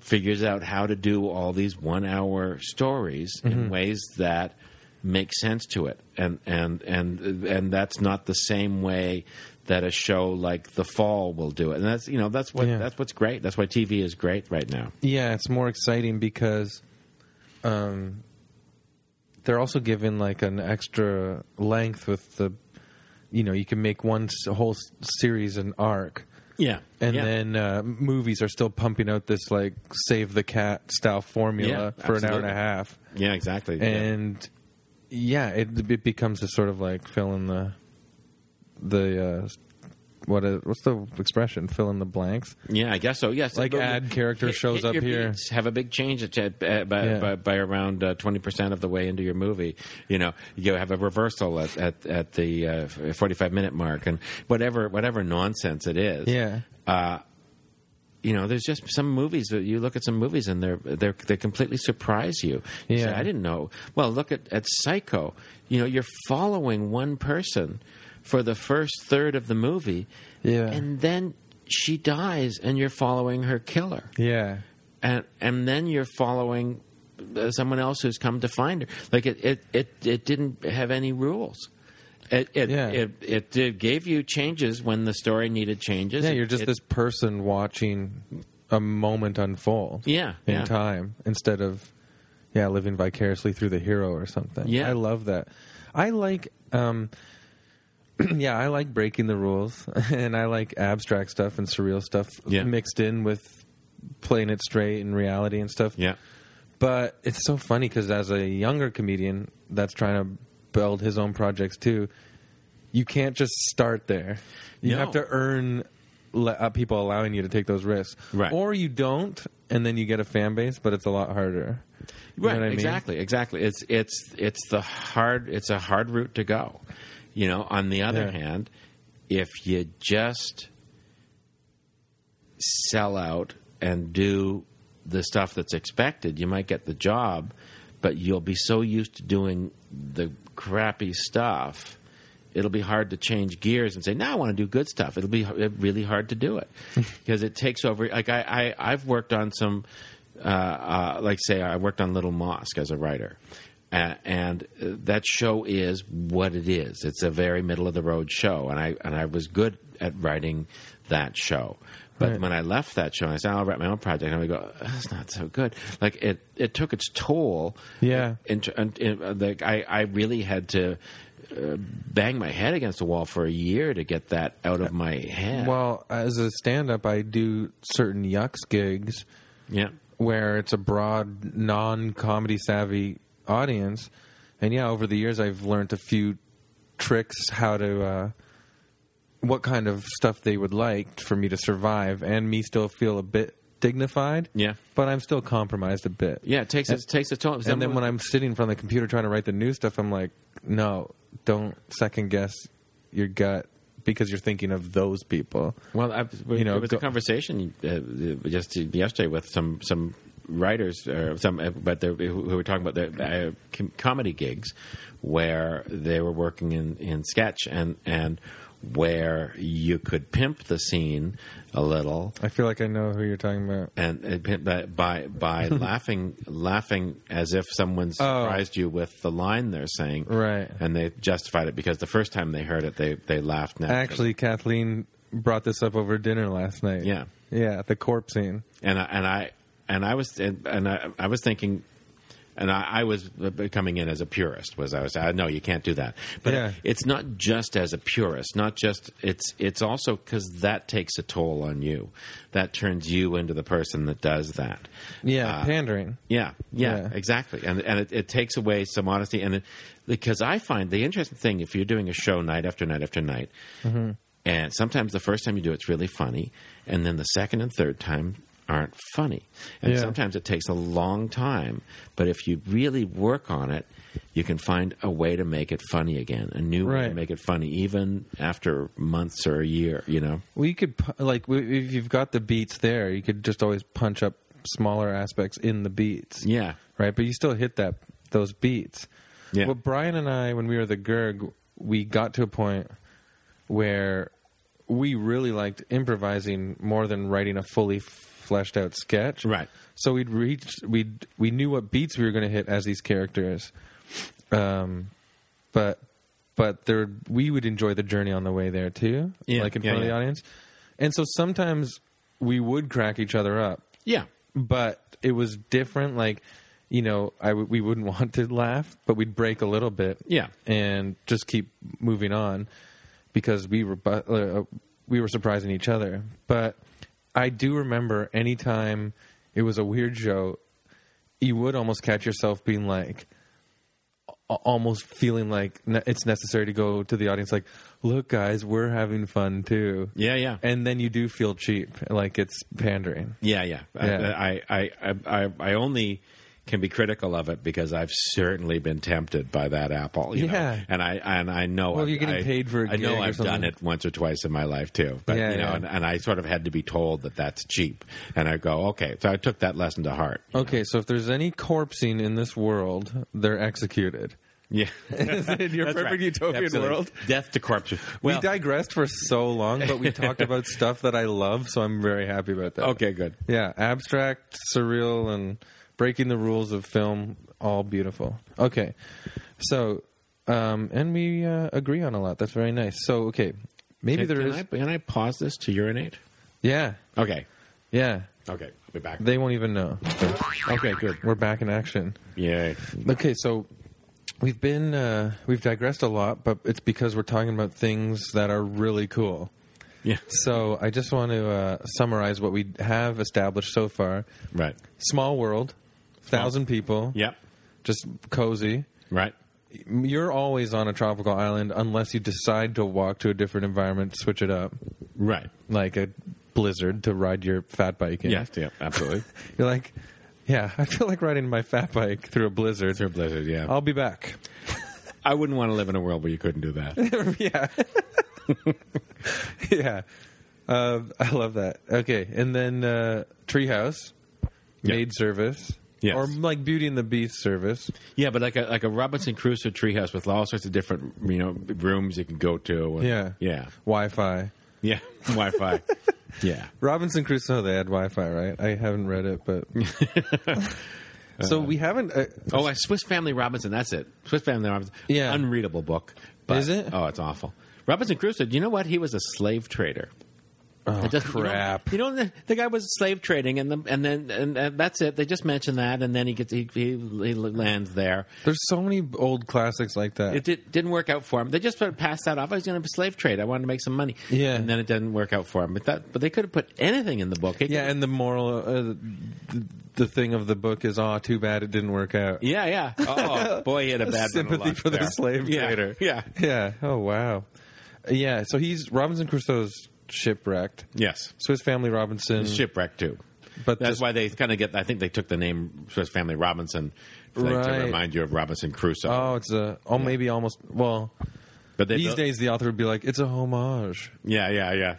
figures out how to do all these one-hour stories
Mm-hmm.
in ways that make sense to it, and and and and that's not the same way that a show like The Fall will do it, and that's you know that's what
Yeah.
that's what's great. That's why TV is great right now.
Yeah, it's more exciting because um, they're also given like an extra length with the, you know, you can make one s- whole s- series an arc.
Yeah,
And then uh, movies are still pumping out this like save the cat style formula
Yeah,
for an hour and
absolutely.
a half,
yeah, exactly. yeah.
and yeah, it, it becomes a sort of like fill in the the uh, what is, what's the expression fill in the blanks.
Yeah, I guess so. Yes,
Like ad character
hit-
shows
hit
up
your
here.
beats. Have a big change at, at, uh, by,
Yeah.
by, by around uh, twenty percent of the way into your movie. You know, you have a reversal at at, at the uh, forty-five minute mark, and whatever whatever nonsense it is.
Yeah,
you know, there's just some movies that you look at some movies and they're they're they completely surprise you. You say,
Yeah.
I didn't know. Well, look at at Psycho. You know, you're following one person for the first third of the movie,
Yeah.
and then she dies, and you're following her killer
yeah,
and and then you're following uh, someone else who's come to find her. Like it it it, it didn't have any rules. It it,
Yeah.
it it did- gave you changes when the story needed changes.
yeah.
It-
You're just
it-
this person watching a moment unfold.
Yeah,
in
yeah.
time instead of yeah living vicariously through the hero or something.
Yeah.
I love that. I like. um yeah, I like breaking the rules, and I like abstract stuff and surreal stuff
Yeah.
mixed in with playing it straight and reality and stuff.
yeah.
But it's so funny because as a younger comedian that's trying to build his own projects too, you can't just start there. You
No.
have to earn le- uh, people allowing you to take those risks,
Right.
Or you don't, and then you get a fan base, but it's a lot harder. You know
right
what I mean?
exactly exactly it's it's it's the hard it's a hard route to go you know on the other
Yeah.
hand if you just sell out and do the stuff that's expected you might get the job but you'll be so used to doing the crappy stuff it'll be hard to change gears and say now i want to do good stuff it'll be h- really hard to do it because it takes over like I, I i've worked on some uh, uh, like say i worked on little mosque as a writer uh, and uh, that show is what it is it's a very middle of the road show and i and i was good at writing that show but
Right.
when I left that show, and I said, "I'll write my own project," and we go, "That's not so good." Like it, it took its toll.
Yeah.
In, in, in, uh, like I, I really had to uh, bang my head against the wall for a year to get that out of my head.
Uh, Well, as a stand-up, I do certain yucks gigs
yeah,
where it's a broad, non-comedy savvy audience, and yeah, over the years I've learned a few tricks how to. Uh, what kind of stuff they would like for me to survive and me still feel a bit dignified.
Yeah.
But I'm still compromised a bit.
yeah, it takes it takes a toll.
Uh, And then when I'm sitting in front of the computer trying to write the new stuff, I'm like, no, don't second guess your gut because you're thinking of those people.
Well, I,
You
you
know,
know, it was
go-
a conversation uh, just yesterday with some some writers or some, uh, but they who who were talking about their uh, com- comedy gigs where they were working in in sketch and and where you could pimp the scene a little
I feel like I know who you're talking about.
and it pimp that by by laughing laughing as if someone surprised you with the line they're saying
Oh. Right.
and they justified it because the first time they heard it they they laughed naturally.
Actually, Kathleen brought this up over dinner last night.
Yeah.
Yeah, the corpse scene.
and I, and I and I was and, and I, I was thinking, and I, I was coming in as a purist. Was I was I, no, you can't do that. But
Yeah.
it's not just as a purist. Not just it's it's also because that takes a toll on you. That turns you into the person that does that.
Yeah,
Uh,
pandering.
Yeah, yeah,
Yeah.
exactly. And and it, it takes away some honesty. And it, because I find the interesting thing, if you're doing a show night after night after night,
Mm-hmm.
and sometimes the first time you do it's really funny, and then the second and third time aren't funny. And
Yeah.
sometimes it takes a long time, but if you really work on it, you can find a way to make it funny again, a new way
Right.
to make it funny, even after months or a year, you know?
Well, you could pu- like w- if you've got the beats there, you could just always punch up smaller aspects in the beats.
Yeah.
right? But you still hit that those beats.
Yeah.
Well, Brian and I, when we were the Gerg, we got to a point where we really liked improvising more than writing a fully fleshed out sketch.
Right.
So we'd reached we we knew what beats we were going to hit as these characters, um, but but there we would enjoy the journey on the way there too,
Yeah,
like in
yeah,
front of
yeah.
the audience. And so sometimes we would crack each other up
Yeah.
but it was different. Like, you know, I w- we wouldn't want to laugh, but we'd break a little bit,
Yeah.
and just keep moving on because we were bu- uh, we were surprising each other. But I do remember any time it was a weird show, you would almost catch yourself being like. a- Almost feeling like ne- it's necessary to go to the audience, like, look, guys, we're having fun too.
Yeah, yeah.
And then you do feel cheap, like it's pandering.
Yeah, yeah.
Yeah.
I, I, I, I, I only can be critical of it because I've certainly been tempted by that apple. You
Yeah.
Know? And I and I know.
Well,
I've-
you're getting
I-
paid for a
I know
gig or
I've done
something.
it once or twice in my life too. But
Yeah,
you know,
yeah.
and, and I sort of had to be told that that's cheap, and I go, okay. So I took that lesson to heart.
Okay, so if there's any corpsing in this world, they're executed.
Yeah.
in your perfect
That's right.
utopian
Absolutely.
world.
death to corruption. Well,
we digressed for so long, but we talked about stuff that I love, so I'm very happy about that.
okay, good.
Yeah, abstract, surreal, and breaking the rules of film, all beautiful. Okay, so, um, and we uh, agree on a lot. That's very nice. So, okay, maybe
Can,
there is.
I, can I pause this to urinate?
Yeah,
Okay.
yeah.
Okay. I'll be back.
They won't even know.
okay, good.
We're back in action.
Yeah.
Okay, so we've been uh, we've digressed a lot, but it's because we're talking about things that are really cool.
Yeah.
So I just want to uh, summarize what we have established so far:
Right.
small world, thousand people,
Yep.
just cozy.
Right.
You're always on a tropical island unless you decide to walk to a different environment, switch it up,
Right.
like a blizzard to ride your fat bike. In.
Yeah. Yeah. Absolutely.
you're like, yeah, I feel like riding my fat bike through a blizzard.
Through a blizzard, yeah.
I'll be back.
I wouldn't want to live in a world where you couldn't do that.
yeah. yeah. Um, I love that. Okay. And then uh, Treehouse,
Yeah.
maid service.
Yes.
Or like Beauty and the Beast service.
yeah, but like a like a Robinson Crusoe treehouse with all sorts of different you know rooms you can go to. and-
Yeah.
yeah,
Wi Fi.
yeah. Wi-Fi. yeah,
Robinson Crusoe, they had Wi Fi, right? I haven't read it, but. so we haven't. Uh,
Oh, a Swiss Family Robinson. That's it. Swiss Family Robinson.
Yeah.
Unreadable book.
Is it?
Oh, it's awful. Robinson Crusoe. You know what? He was a slave trader. Oh
crap.
You know, the, the guy was slave trading, and the, and then and, and that's it. They just mention that, and then he gets he, he, he lands there.
there's so many old classics like that.
It did, didn't work out for him. They just sort of passed that off. I was going to slave trade. I wanted to make some money.
Yeah.
and then it didn't work out for him. But that, but they could have put anything in the book. It
yeah,
could-
and the moral, uh, the, the thing of the book is, oh, too bad it didn't work out.
yeah, yeah. Oh boy, he had a bad
Sympathy
little lunch
for the
there.
slave
Yeah,
trader.
Yeah.
Yeah. Oh wow. Yeah. So he's Robinson Crusoe's shipwrecked.
Yes.
Swiss Family Robinson.
Shipwreck too.
But
That's
this-
why they kind of get. I think they took the name Swiss Family Robinson like,
Right.
to remind you of Robinson Crusoe.
Oh, it's a. Oh, maybe almost. Well,
but they
these
built-
days the author would be like, it's a homage,
yeah, yeah, yeah.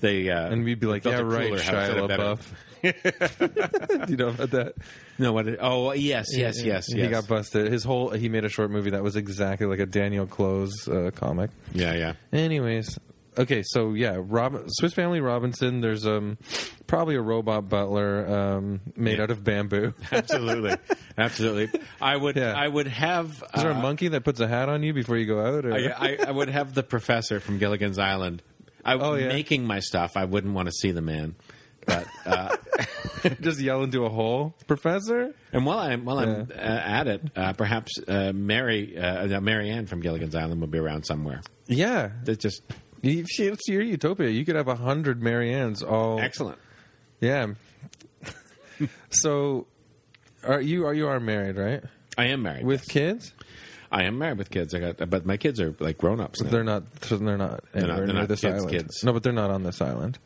They uh,
and we'd be like,
built
yeah,
a
right,
cooler house and
Shia
a better-
LaBeouf. Do you know about that?
No, what? It, oh, yes, yes, yes, yes.
He got busted. His whole he made a short movie that was exactly like a Daniel Close uh, comic.
yeah, yeah.
Anyways, okay, so yeah, Rob, Swiss Family Robinson. There's um probably a robot butler um, made
Yeah.
out of bamboo.
absolutely, absolutely. I would,
Yeah.
I would have.
Is there a
uh,
monkey that puts a hat on you before you go out? Or?
I, I, I would have the professor from Gilligan's Island. I
Oh, yeah.
making my stuff. I wouldn't want to see the man. But uh,
just yell into a hole, Professor?
and while I'm while I'm uh, at it, uh, perhaps uh, Mary uh, no, Mary Ann from Gilligan's Island will be around somewhere.
Yeah.
It's just
You- she- It's your utopia. You could have a hundred Mariannes all.
excellent.
Yeah. so, are you are you are married, right?
I am married
With
yes.
kids?
I am married with kids. I got, but my kids are like grown ups.
They're not. They're not. They're
not- they're
near
not
this
kids,
island.
kids.
No, but they're not on this island.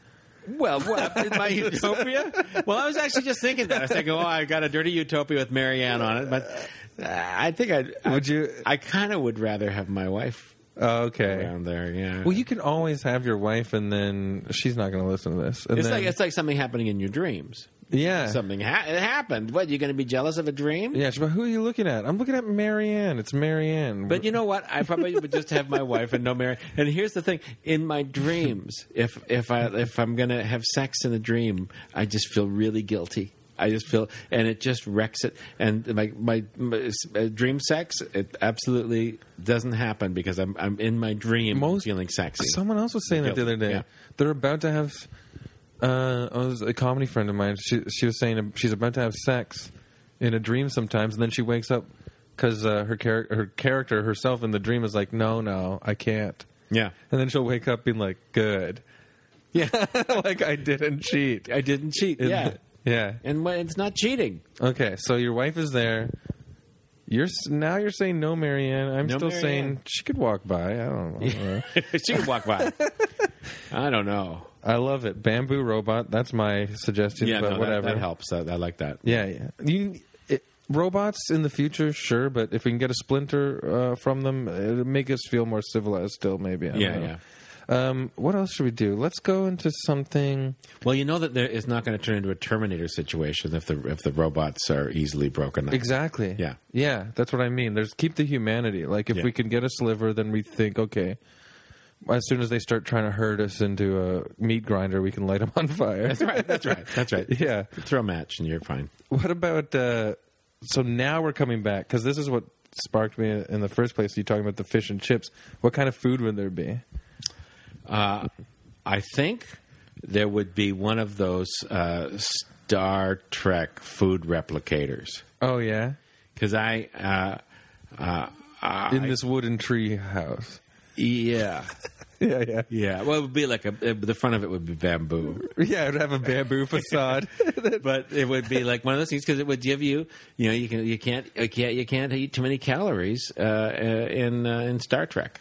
Well, what, my utopia. Well, I was actually just thinking that. I was thinking, oh, I got a dirty utopia with Marianne on it, but uh, I think I
Would you-
I kind of would rather have my wife
Oh, okay.
around there. Yeah.
Well, you can always have your wife, and then she's not going to listen to this. And
it's
then,
like it's like something happening in your dreams.
yeah,
Something ha- it happened. What you're going to be jealous of a dream?
yeah. she's like, who are you looking at? I'm looking at Marianne. It's Marianne.
But you know what? I probably would just have my wife and no Mary. And here's the thing: in my dreams, if if I if I'm gonna have sex in a dream, I just feel really guilty. I just feel, and it just wrecks it. And my my, my uh, dream sex, it absolutely doesn't happen because I'm I'm in my dream
Most-
feeling sexy.
Someone else was saying that the other day.
Yeah.
They're about to have. Uh, I was a comedy friend of mine. She she was saying she's about to have sex in a dream sometimes, and then she wakes up because uh, her char- her character herself in the dream is like, no, no, I can't.
yeah,
And then she'll wake up being like, good,
yeah.
like I didn't cheat.
I didn't cheat.
In
yeah,
the- yeah.
and when, it's not cheating.
Okay, so your wife is there. You're s- now you're saying no, Marianne. I'm
No,
still
Marianne.
saying she could walk by. I don't know.
she can walk by. I don't know.
I love it. Bamboo robot. That's my suggestion.
Yeah,
but
no,
whatever.
That, that helps. I, I like that.
Yeah, yeah. You, it, robots in the future, sure, but if we can get a splinter uh, from them, it'll make us feel more civilized. Still, maybe. I don't
Yeah,
know.
yeah.
Um, what else should we do? Let's go into something.
Well, you know that there, it's not going to turn into a Terminator situation if the if the robots are easily broken up.
Exactly.
Yeah.
Yeah, that's what I mean. There's keep the humanity. Like if
Yeah.
we can get a sliver, then we think, okay. As soon as they start trying to herd us into a meat grinder, we can light them on fire.
That's right. That's right. That's right.
Yeah.
Throw a match and you're fine.
What about? Uh, so now we're coming back because this is what sparked me in the first place. You talking about the fish and chips? What kind of food would there be?
Uh, I think there would be one of those uh, Star Trek food replicators
Oh yeah,
because I. Uh,
in this wooden tree house.
yeah.
Yeah, yeah,
Yeah. Well, it would be like a. uh, The front of it would be bamboo.
yeah. It'd have a bamboo facade.
but it would be like one of those things because it would give you, you know, you can you can't you can't you can't eat too many calories uh, uh, in uh, in Star Trek.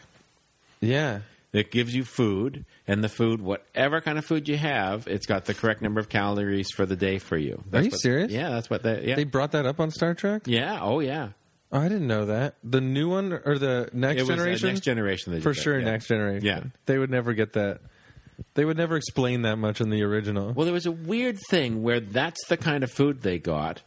yeah,
It gives you food, and the food, whatever kind of food you have, it's got the correct number of calories for the day for you.
you
what-
serious?
Yeah, that's what they. Yeah,
they brought that up on Star Trek.
yeah. Oh, yeah.
Oh, I didn't know that. The new one or the next
it was uh,
generation?
next generation. That you
For
said,
sure,
yeah.
next generation.
Yeah.
They would never get that. They would never explain that much in the original.
Well, there was a weird thing where that's the kind of food they got,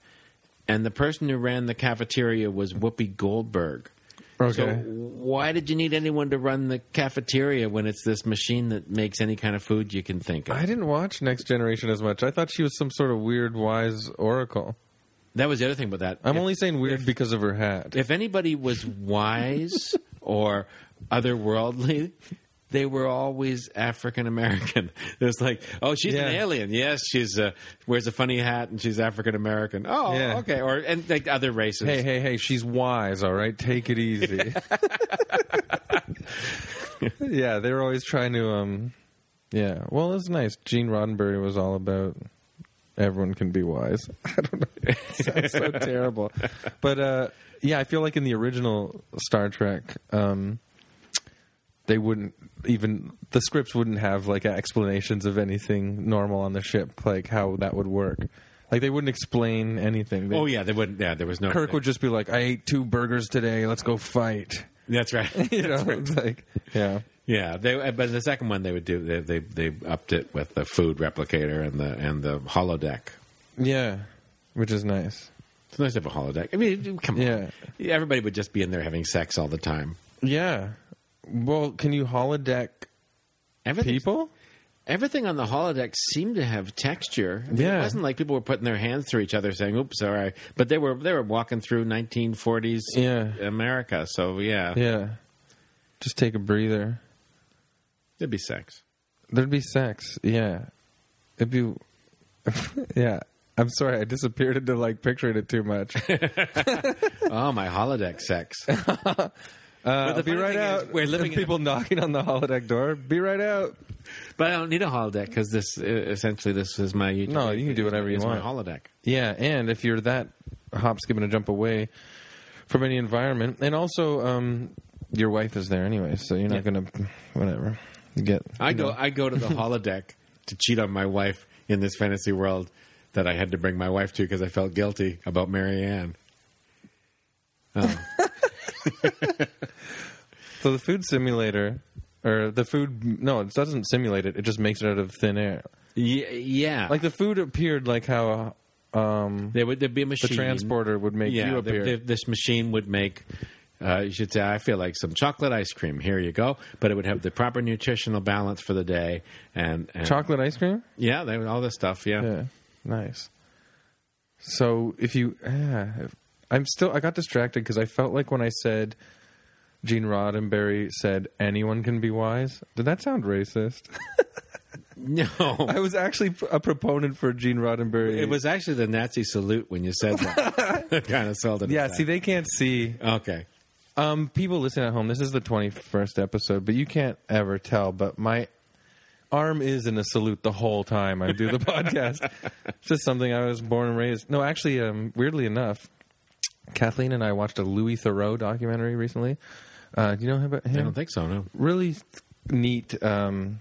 and the person who ran the cafeteria was Whoopi Goldberg. So
Okay.
why did you need anyone to run the cafeteria when it's this machine that makes any kind of food you can think of?
I didn't watch Next Generation as much. I thought she was some sort of weird, wise oracle.
that was the other thing about that.
I'm
if,
only saying weird because of her hat.
if anybody was wise or otherworldly, they were always African American. It's like, oh, she's an
Yeah.
alien. Yes, she's uh, wears a funny hat and she's African American. Oh,
Yeah.
okay. Or and like other races.
hey, hey, hey, she's wise, all right? Take it easy. yeah, they were always trying to. um Yeah, well, it's nice. Gene Roddenberry was all about everyone can be wise. I don't know. It sounds so terrible. But uh yeah, I feel like in the original Star Trek, um they wouldn't even the scripts wouldn't have like explanations of anything normal on the ship, like how that would work. Like they wouldn't explain anything. They-
Oh yeah, they wouldn't. Yeah, there was no
Kirk would just be like, "I ate two burgers today. Let's go fight."
That's right.
You know, it's like yeah,
Yeah, they uh, but the second one they would do they they, they upped it with the food replicator and the and the holodeck.
yeah, which is nice.
It's nice to have a holodeck. I mean, come
Yeah.
on, everybody would just be in there having sex all the time.
Yeah. Well, can you holodeck
Everything,
people?
everything on the holodeck seemed to have texture. I mean,
Yeah.
it wasn't like people were putting their hands through each other saying "oops, sorry," but they were they were walking through 1940s
Yeah.
America. So yeah,
Yeah. Just take a breather.
it'd be sex.
There'd be sex. Yeah. It'd be. yeah. I'm sorry, I disappeared into like picturing it too much.
oh, my holodeck sex.
Uh, be
funny
right
thing is,
out.
we're living in a-
people knocking on the holodeck door. Be right out.
But I don't need a holodeck because this uh, essentially this is my YouTube
No, you can do whatever you
it's
want.
My holodeck.
Yeah, and if you're that hop, skip, and a jump away from any environment, and also um, your wife is there anyway, so you're not
Yeah.
gonna whatever you get.
I go I go to the holodeck to cheat on my wife in this fantasy world that I had to bring my wife to because I felt guilty about Mary Ann.
So the food simulator, or the food, no, it doesn't simulate it. It just makes it out of thin air.
Yeah, yeah.
Like the food appeared like how um,
there would there'd be a
the
machine.
transporter would make
yeah,
you
th-
appear.
th- this machine would make. Uh, you should say, I feel like some chocolate ice cream. Here you go. But it would have the proper nutritional balance for the day, and, and
Chocolate ice cream?
Yeah, they would all this stuff. Yeah.
Yeah, nice. So if you, ah, if- I'm still, I got distracted because I felt like when I said Gene Roddenberry said anyone can be wise, did that sound racist?
No,
I was actually a proponent for Gene Roddenberry.
it was actually the Nazi salute when you said that. that kind of sold it.
yeah.
as that.
See, they can't see.
okay.
Um, people listening at home, this is the 21st episode, but you can't ever tell. But my arm is in a salute the whole time I do the podcast. It's just something I was born and raised. No, actually, um, weirdly enough, Kathleen and I watched a Louis Thoreau documentary recently. Uh, do you know him about him?
I don't think so. No.
really neat um,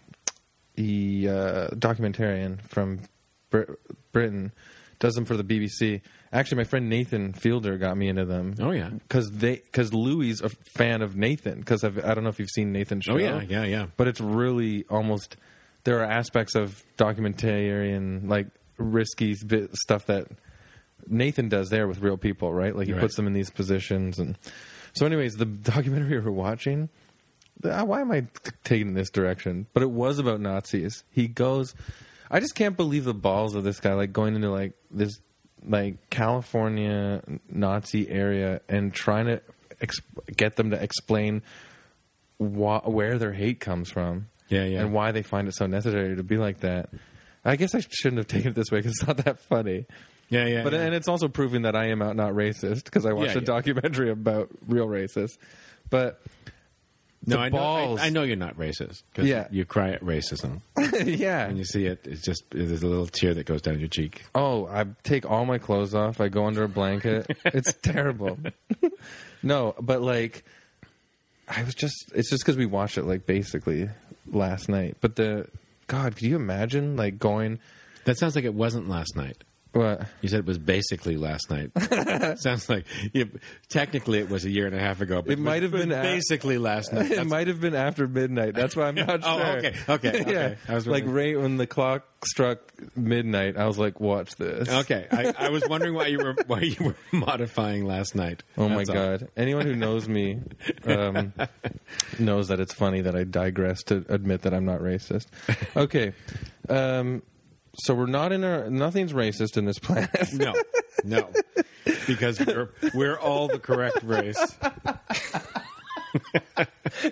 the uh, documentarian from Brit- Britain does them for the BBC. Actually, my friend Nathan Fielder got me into them.
Oh, yeah.
because they because Louis a fan of Nathan because I don't know if you've seen Nathan's show.
Oh yeah, yeah, yeah.
But it's really almost there are aspects of documentarian like risky bit stuff that Nathan does there with real people, right? Like he
Right.
puts them in these positions, and so, anyways, the documentary we're watching. uh, Why am I t- taking this direction? But it was about Nazis. He goes. I just can't believe the balls of this guy, like going into like this like California Nazi area and trying to ex- get them to explain wha- where their hate comes from.
Yeah, yeah.
And why they find it so necessary to be like that. I guess I shouldn't have taken it this way because it's not that funny.
Yeah, yeah.
But
yeah.
and it's also proving that I am out not racist because I watched
Yeah,
a
yeah.
documentary about real racists. But
no,
the
I know,
balls.
I, I know you're not racist. 'cause
Yeah.
You cry at racism.
yeah.
When you see it, it's just there's a little tear that goes down your cheek.
Oh, I take all my clothes off. I go under a blanket. it's terrible. no, but like, I was just, it's just because we watched it like basically last night. But the, God, could you imagine like going,
That sounds like it wasn't last night.
what?
You said it was basically last night. sounds like yeah, technically it was a year and a half ago. But
It might have
was
been a-
basically last night.
it might have been after midnight. That's why I'm not
Oh,
sure.
okay, okay, okay.
yeah.
I was
like
wondering.
right when the clock struck midnight, I was like, "Watch this."
Okay, I, I was wondering why you were why you were modifying last night.
Oh my
That's all.
god! Anyone who knows me um, knows that it's funny that I digress to admit that I'm not racist. Okay, um, so we're not in our nothing's racist in this planet.
No, no, because we're we're all the correct race.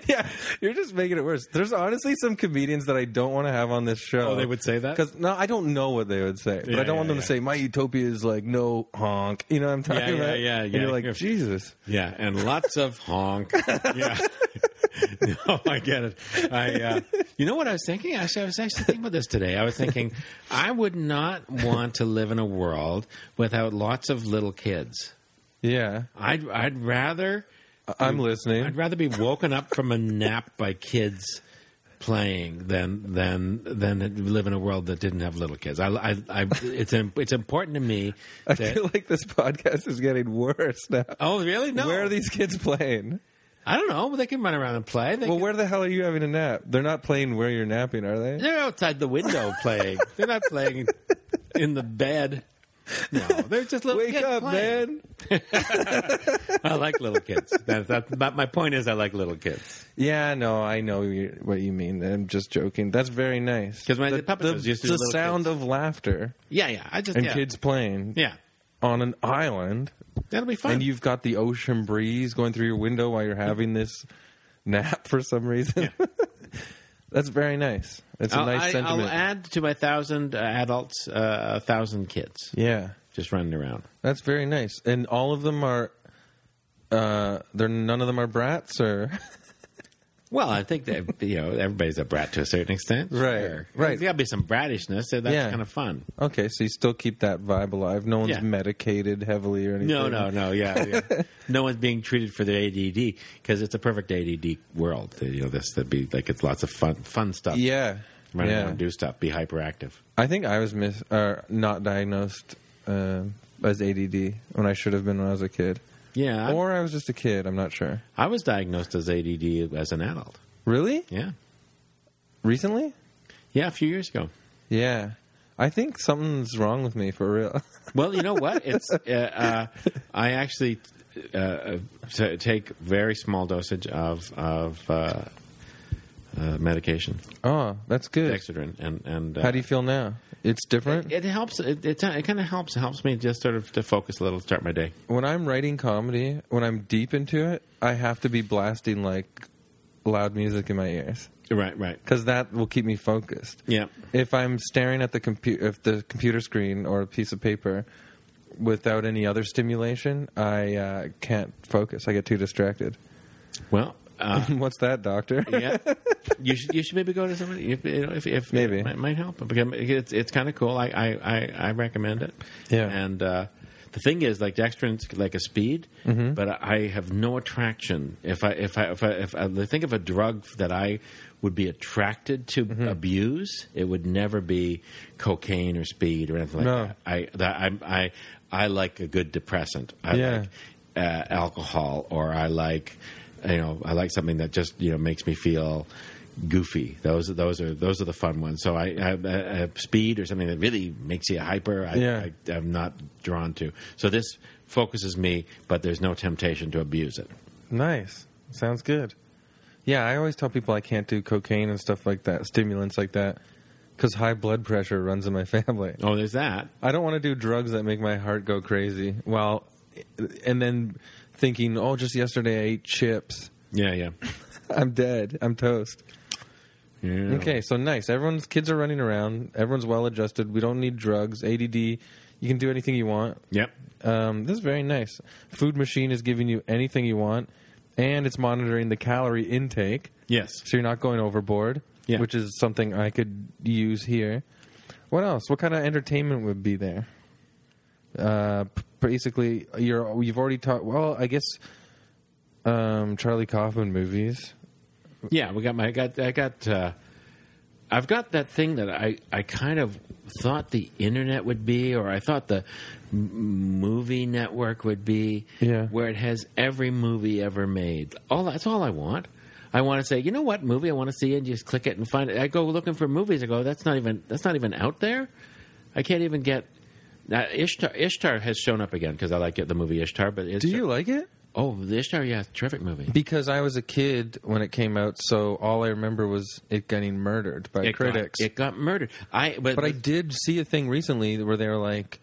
yeah, you're just making it worse. There's honestly some comedians that I don't want to have on this show.
Oh, they would say that?
because no, I don't know what they would say, but
Yeah,
I don't want
yeah,
them
yeah.
to say my utopia is like no honk. You know what I'm talking
Yeah, yeah,
about?
yeah,
And
yeah.
you're like Jesus.
Yeah, and lots of honk. Yeah. no, I get it. I, uh, you know what I was thinking? Actually, I was actually thinking about this today. I was thinking I would not want to live in a world without lots of little kids.
Yeah,
I'd I'd rather
I'm listening.
I'd rather be woken up from a nap by kids playing than than than live in a world that didn't have little kids. I, I, I it's im- it's important to me.
I
that-
feel like this podcast is getting worse now.
oh, really? No,
Where are these kids playing?
I don't know. They can run around and play. They
Well,
can-
where the hell are you having a nap? They're not playing where you're napping, are they?
they're outside the window playing. They're not playing in the bed. No, they're just little
Wake
kids
up,
playing.
man.
I like little kids. That, that, but my point is, I like little kids
Yeah, no, I know you- what you mean. I'm just joking. That's very nice.
'Cause my- the puppet
the,
shows used to
the
be little
sound of laughter
Yeah, yeah. I just
and
yeah.
kids playing
Yeah,
on an island,
that'll be fun.
and you've got the ocean breeze going through your window while you're having this nap for some reason. That's very nice. That's a
I'll,
nice
I,
sentiment.
will add to my thousand uh, adults, uh, a thousand kids
yeah.
just running around.
That's very nice. And all of them are uh they're none of them are brats or
Well, I think that you know everybody's a brat to a certain extent,
Right, right.
There's got to be some brattishness, so that's
Yeah.
kind of fun.
Okay, so you still keep that vibe alive. No one's
Yeah.
medicated heavily or anything.
No, no, no. Yeah, yeah. no one's being treated for their ADD because it's a perfect ADD world. You know, this would be like it's lots of fun, fun stuff.
Yeah.
Run
Yeah.
around, do stuff, be hyperactive.
I think I was mis or not diagnosed uh, as ADD when I should have been when I was a kid,
Yeah. I-
or I was just a kid. I'm not sure.
I was diagnosed as ADD as an adult.
Really?
Yeah.
Recently?
Yeah, a few years ago.
Yeah. I think something's wrong with me for real.
Well, you know what? It's uh, uh, I actually uh, t- take very small dosage of of uh, uh, medication,
oh, that's good.
Dexedrine, and and uh,
How do you feel now? It's different.
It helps. It it, it kind of helps. It helps me just sort of to focus a little, start my day.
when I'm writing comedy, when I'm deep into it, I have to be blasting like loud music in my ears
Right, right.
because that will keep me focused.
Yeah,
If I'm staring at the computer, if the computer screen or a piece of paper without any other stimulation, I uh, can't focus. I get too distracted.
Well, uh,
What's that, doctor?
yeah. You should you should maybe go to somebody if you know, if, if
Maybe.
it might, might help because it's it's kind of cool. I, I, I, I recommend it.
Yeah.
And uh, the thing is, like Dextrin's like a speed,
Mm-hmm.
but I have no attraction. If I if I if I, if I think of a drug that I would be attracted to
Mm-hmm.
abuse, it would never be cocaine or speed or anything like
No.
that. I that I I I like a good depressant. I
Yeah.
like uh, alcohol or I like you know I like something that just you know makes me feel goofy. Those those are those are the fun ones. So I, I, I have speed or something that really makes you hyper. I,
Yeah.
I, I'm not drawn to. So this focuses me, but there's no temptation to abuse it.
Nice. Sounds good. Yeah, I always tell people I can't do cocaine and stuff like that, stimulants like that, because high blood pressure runs in my family.
Oh, there's that.
I don't want to do drugs that make my heart go crazy. Well, and then thinking, oh, just yesterday I ate chips.
Yeah, yeah.
I'm dead. I'm toast.
Yeah.
Okay, so nice. Everyone's kids are running around. Everyone's well adjusted. We don't need drugs. ADD. You can do anything you want.
Yep.
Um, this is very nice. Food machine is giving you anything you want, and it's monitoring the calorie intake,
Yes.
so you're not going overboard.
Yeah.
Which is something I could use here. What else? What kind of entertainment would be there? Uh, p- basically, you're you've already taught. Well, I guess um, Charlie Kaufman movies.
Yeah, we got my I got I got uh, I've got that thing that I I kind of thought the internet would be, or I thought the m- movie network would be,
Yeah.
where it has every movie ever made. All that's all I want. I want to say, you know what movie I want to see, and just click it and find it. I go looking for movies. I go, that's not even that's not even out there. I can't even get. Now, Ishtar Ishtar has shown up again because I like it, the movie Ishtar. But
Do you like it?
Oh, the Ishtar, yeah, terrific movie.
Because I was a kid when it came out, so all I remember was it getting murdered by
It got-
critics.
it got murdered. I but,
But I did see a thing recently where they were like,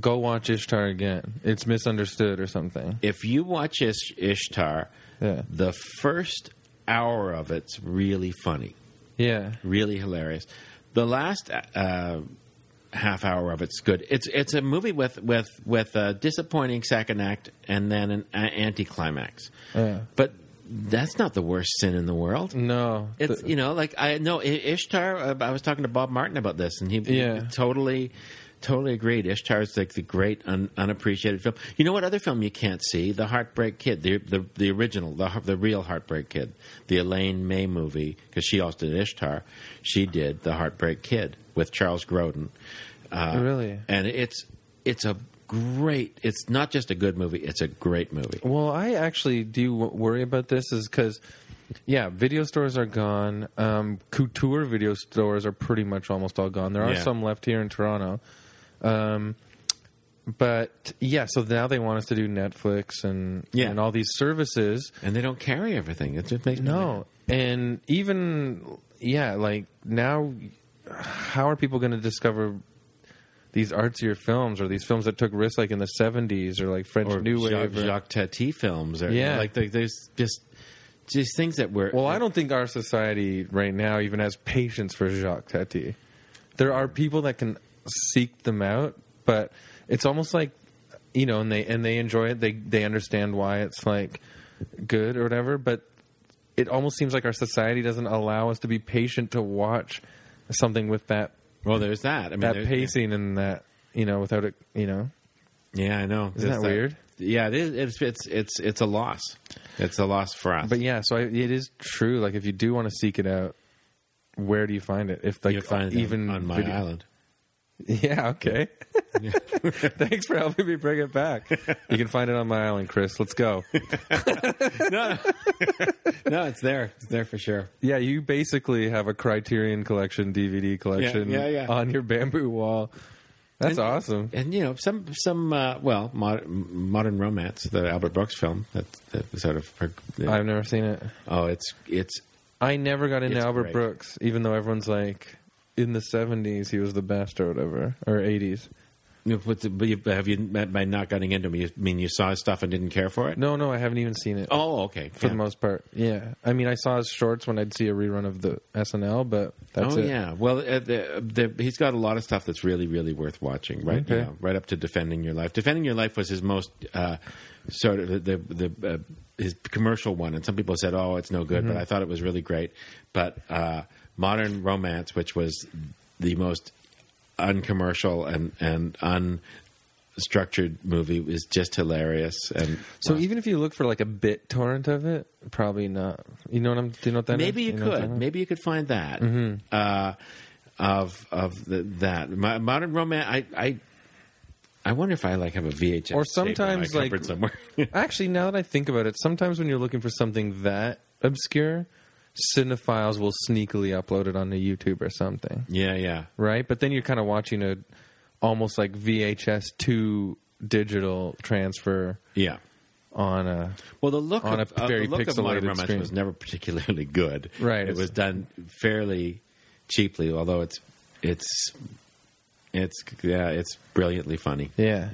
"Go watch Ishtar again. It's misunderstood or something."
if you watch Ish- Ishtar,
Yeah.
the first hour of it's really funny,
Yeah,
really hilarious. The last uh, half hour of it's good. It's it's a movie with with with a disappointing second act and then an a- anticlimax.
Yeah.
But that's not the worst sin in the world.
no,
It's
Th-
you know like I know I- Ishtar. uh, I was talking to Bob Martin about this, and he, he
Yeah.
totally, totally agreed. Ishtar is like the great un, unappreciated film. You know what other film you can't see? The Heartbreak Kid, the the, the original, the heart- the real Heartbreak Kid, the Elaine May movie because she also did Ishtar. She did the Heartbreak Kid with Charles Grodin. Uh,
Really?
and it's it's a great. It's not just a good movie. It's a great movie.
well, I actually do w- worry about this, is because yeah, video stores are gone. Um, couture video stores are pretty much almost all gone. There are
Yeah.
some left here in Toronto, um, but yeah. So now they want us to do Netflix and
Yeah.
and all these services.
And they don't carry everything. It just makes me mad.
No, and even yeah, like now, how are people going to discover these artsier films or these films that took risks, like in the seventies or like French
or
New
Jacques,
Wave? or-
Jacques Tati films, or
Yeah.
like there- there's just just things that were
well, I don't think our society right now even has patience for Jacques Tati. There are people that can seek them out, but it's almost like you know, and they and they enjoy it. They they understand why it's like good or whatever, but it almost seems like our society doesn't allow us to be patient to watch something with that
Well, there's that. I mean,
that
there's-
pacing and that you know without it you know
Yeah, I know.
Isn't
There's
that weird?
Yeah, it is. It's, it's it's it's a loss. It's a loss for us.
but yeah so I, it is true like if you do want to seek it out where do you find it? If like
you find them
even
on my
video-
island.
Yeah. Okay. Thanks for helping me bring it back. You can find it on my island, Chris. Let's go.
No, no, it's there. It's there for sure.
Yeah, you basically have a Criterion Collection DVD collection
yeah, yeah.
on your bamboo wall. That's awesome.
and you know some some uh, well mod- modern romance the Albert Brooks film that, that sort of uh,
I've never seen it.
oh it's it's
I never got into
It's
Albert
great.
Brooks, even though everyone's like, in the '70s he was the best or whatever, or '80s.
you know, but the- but you, have you met by not getting into me you mean you saw his stuff and didn't care for it
No, no, I haven't even seen it
oh okay
for
yeah.
the most part. Yeah, I mean, I saw his shorts when I'd see a rerun of the SNL, but that's
oh
it.
yeah well uh, the, the, he's got a lot of stuff that's really really worth watching right
Okay.
You know, right up to defending your life defending your life was his most uh, sort of the the, uh, his commercial one and some people said oh it's no
Mm-hmm.
good but I thought it was really great but uh, modern romance which was the most uncommercial and and unstructured movie is just hilarious and
So even if you look for like a bit torrent of it, probably not. You know what I'm? Do you know what that
maybe you
is? know what I'm
could
talking Mm-hmm.
maybe you could find that uh, of of the, that Mo- modern romance i i i wonder if i like have a vhs
Or
tape in my
sometimes, like-
cupboard somewhere
Actually, now that I think about it, sometimes when you're looking for something that obscure, cinephiles will sneakily upload it onto YouTube or something,
yeah yeah
right? But then you're kind of watching a almost like VHS two digital transfer
yeah
on a.
well, the look
On
of,
a
uh,
very
the look of modern
pixelated
romance
screen.
was never particularly good.
Right,
it
it's-
was done fairly cheaply, although it's it's it's yeah, it's brilliantly funny.
Yeah.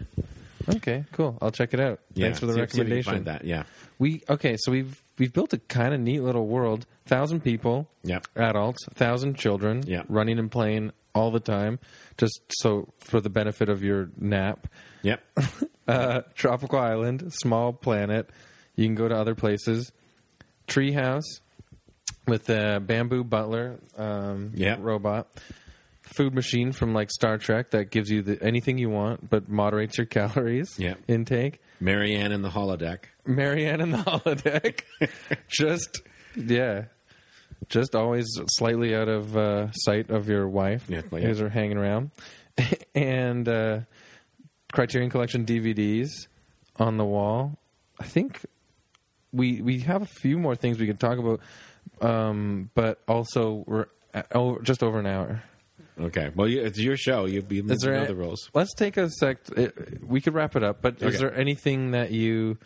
Okay, cool. I'll check it out.
Yeah.
Thanks for the
See if- see if you can
recommendation.
find that, yeah,
We okay, so we've we've built a kind of neat little world. Thousand people,
Yep.
adults, thousand children,
Yep.
running and playing all the time, just so for the benefit of your nap.
yep,
Uh, tropical island, small planet. You can go to other places. Treehouse with the bamboo butler um,
Yep.
robot. Food machine from like Star Trek that gives you the, anything you want but moderates your calories
Yep.
intake.
Marianne in the holodeck.
Marianne and the holodeck. just yeah. Just always slightly out of uh, sight of your wife.
Yeah, well, yeah.
Who's are hanging around. and uh, Criterion Collection DVDs on the wall. I think we we have a few more things we can talk about, um, but also we're at, oh, just over an hour.
Okay. Well, you, it's your show. You, you
Is there
know
a-
the rules.
Let's take a sec. it- We could wrap it up, but
Okay.
is there anything that you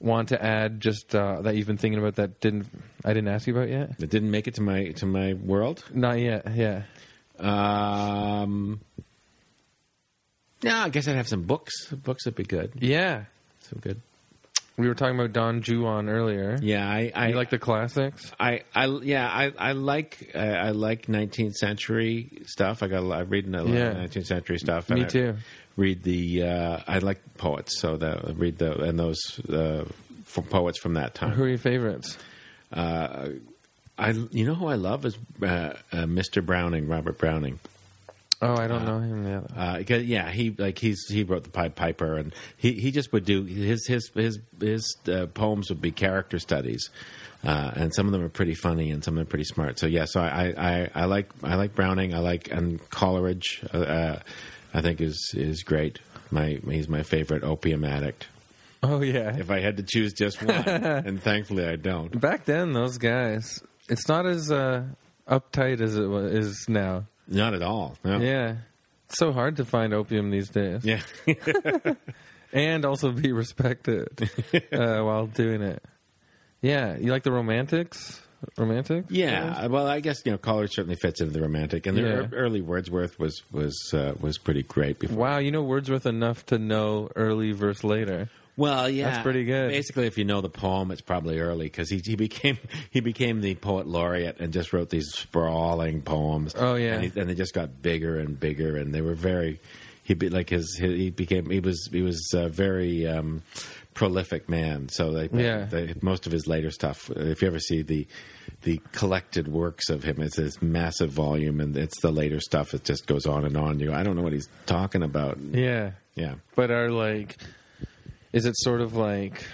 want to add? Just uh, that you've been thinking about that didn't I didn't ask you about yet?
It didn't make it to my to my world.
Not yet. Yeah.
Um, no, I guess I'd have some books. Books would be good.
Yeah.
Some good.
We were talking about Don Juan earlier.
Yeah, I I
You like the classics?
I, I yeah I I like I, I like 19th century stuff. I got a lot, I'm reading a lot
Yeah.
of 19th century stuff.
Me
I
too.
Read the uh, I like poets, so that I read the and those uh, f- poets from that time.
Who are your favorites?
I you know who I love is uh, uh, Mr. Browning, Robert Browning.
Oh, I don't know him yet.
Uh, 'cause, yeah, he like he's he wrote the Pied Piper, and he, he just would do his his his his uh, poems would be character studies, uh, and some of them are pretty funny, and some of them are pretty smart. So yeah, so I I, I, I like I like Browning, I like and Coleridge, uh, uh, I think is is great. My he's my favorite opium addict.
Oh yeah.
If I had to choose just one, and thankfully I don't.
Back then, those guys, it's not as uh, uptight as it wa is now.
Not at all. No.
Yeah. It's so hard to find opium these days.
Yeah.
and also be respected uh, while doing it. Yeah, you like the romantics? Romantic?
Yeah, uh, well, I guess you know, Coleridge certainly fits into the romantic, and the
Yeah.
ear- early Wordsworth was was uh, was pretty great. Before,
Wow, you know Wordsworth enough to know early verse later.
well, yeah,
That's pretty good.
Basically, if you know the poem, it's probably early because he, he became he became the poet laureate and just wrote these sprawling poems.
Oh, yeah.
and, he, and they just got bigger and bigger, and they were very. He be, like his he he became he was he was a very um, prolific man. So like
Yeah.
the, most of his later stuff. If you ever see the the collected works of him, it's this massive volume, and it's the later stuff. It just goes on and on. You, go, I don't know what he's talking about.
Yeah.
Yeah,
But are like, is it sort of like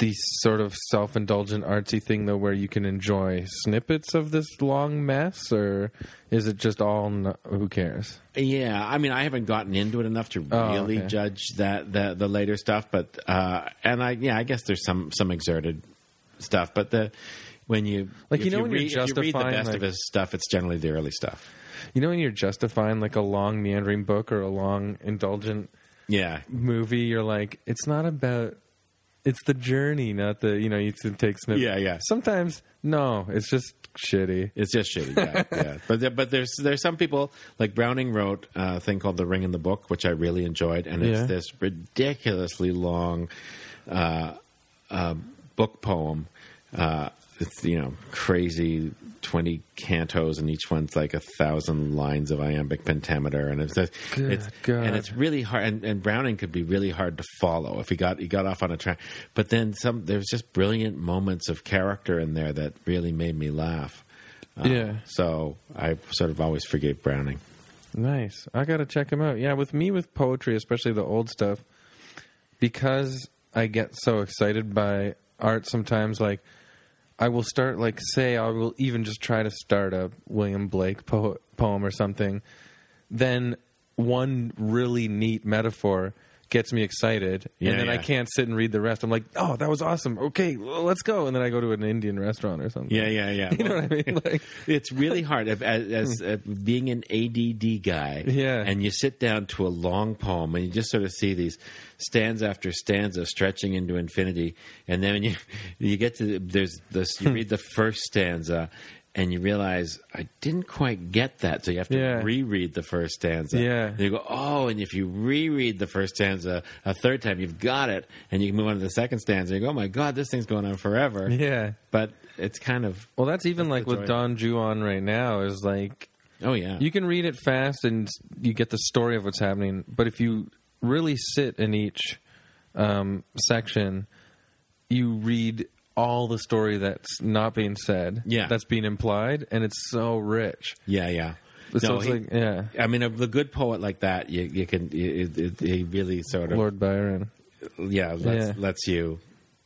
the sort of self-indulgent artsy thing though where you can enjoy snippets of this long mess or is it just all n- who cares
Yeah, I mean, I haven't gotten into it enough to
Oh,
really
okay.
judge that the the later stuff, but uh, and I yeah, I guess there's some some exerted stuff, but the when you
Like,
if
you know when you're
read, if you read the
justifying,
best
like-
of his stuff, it's generally the early stuff.
you know when you're justifying like a long meandering book or a long indulgent
Yeah,
movie you're like it's not about it's the journey not the you know you can take snippets
Yeah, yeah.
sometimes no it's just shitty
It's just shitty, yeah. yeah. But there, but there's there's some people like Browning wrote a thing called The Ring in the Book, which I really enjoyed, and it's
Yeah.
this ridiculously long uh, uh, book poem. Uh, it's you know crazy twenty cantos, and each one's like a thousand lines of iambic pentameter, and it's it's,
Good
it's
God.
and it's really hard. And, and Browning could be really hard to follow if he got he got off on a track. But then some there's just brilliant moments of character in there that really made me laugh.
yeah
So I sort of always forgave Browning.
Nice. I got to check him out. Yeah, with me with poetry, especially the old stuff, because I get so excited by art sometimes like I will start like say I will even just try to start a William Blake po- poem or something. Then one really neat metaphor gets me excited
Yeah,
and then I
yeah.
can't sit and read the rest. I'm like, "Oh, that was awesome. Okay, well, let's go." And then I go to an Indian restaurant or something.
yeah, yeah.
You know what I mean? Like
it's really hard if- as, as uh, being an ADD guy.
Hmm. Yeah.
And you sit down to a long poem and you just sort of see these stanza after stanza stretching into infinity. And then when you you get to the, there's this
Hmm.
you read the first stanza and you realize I didn't quite get that, so you have to
Yeah.
reread the first stanza.
Yeah.
And you go, oh, and if you reread the first stanza a third time, you've got it, and you can move on to the second stanza. You go, oh my god, this thing's going on forever.
yeah.
But it's kind of
Well, that's even like
That's the
with
joy.
Don Juan right now is like
oh yeah,
you can read it fast and you get the story of what's happening, but if you really sit in each um, section, you read all the story that's not being said,
Yeah.
that's being implied, and it's so rich.
Yeah, yeah.
So it's
he-
like, yeah,
I mean, a, the good poet like that, you, you can, you- it, it, he really sort of,
Lord Byron.
yeah, lets,
Yeah.
lets you.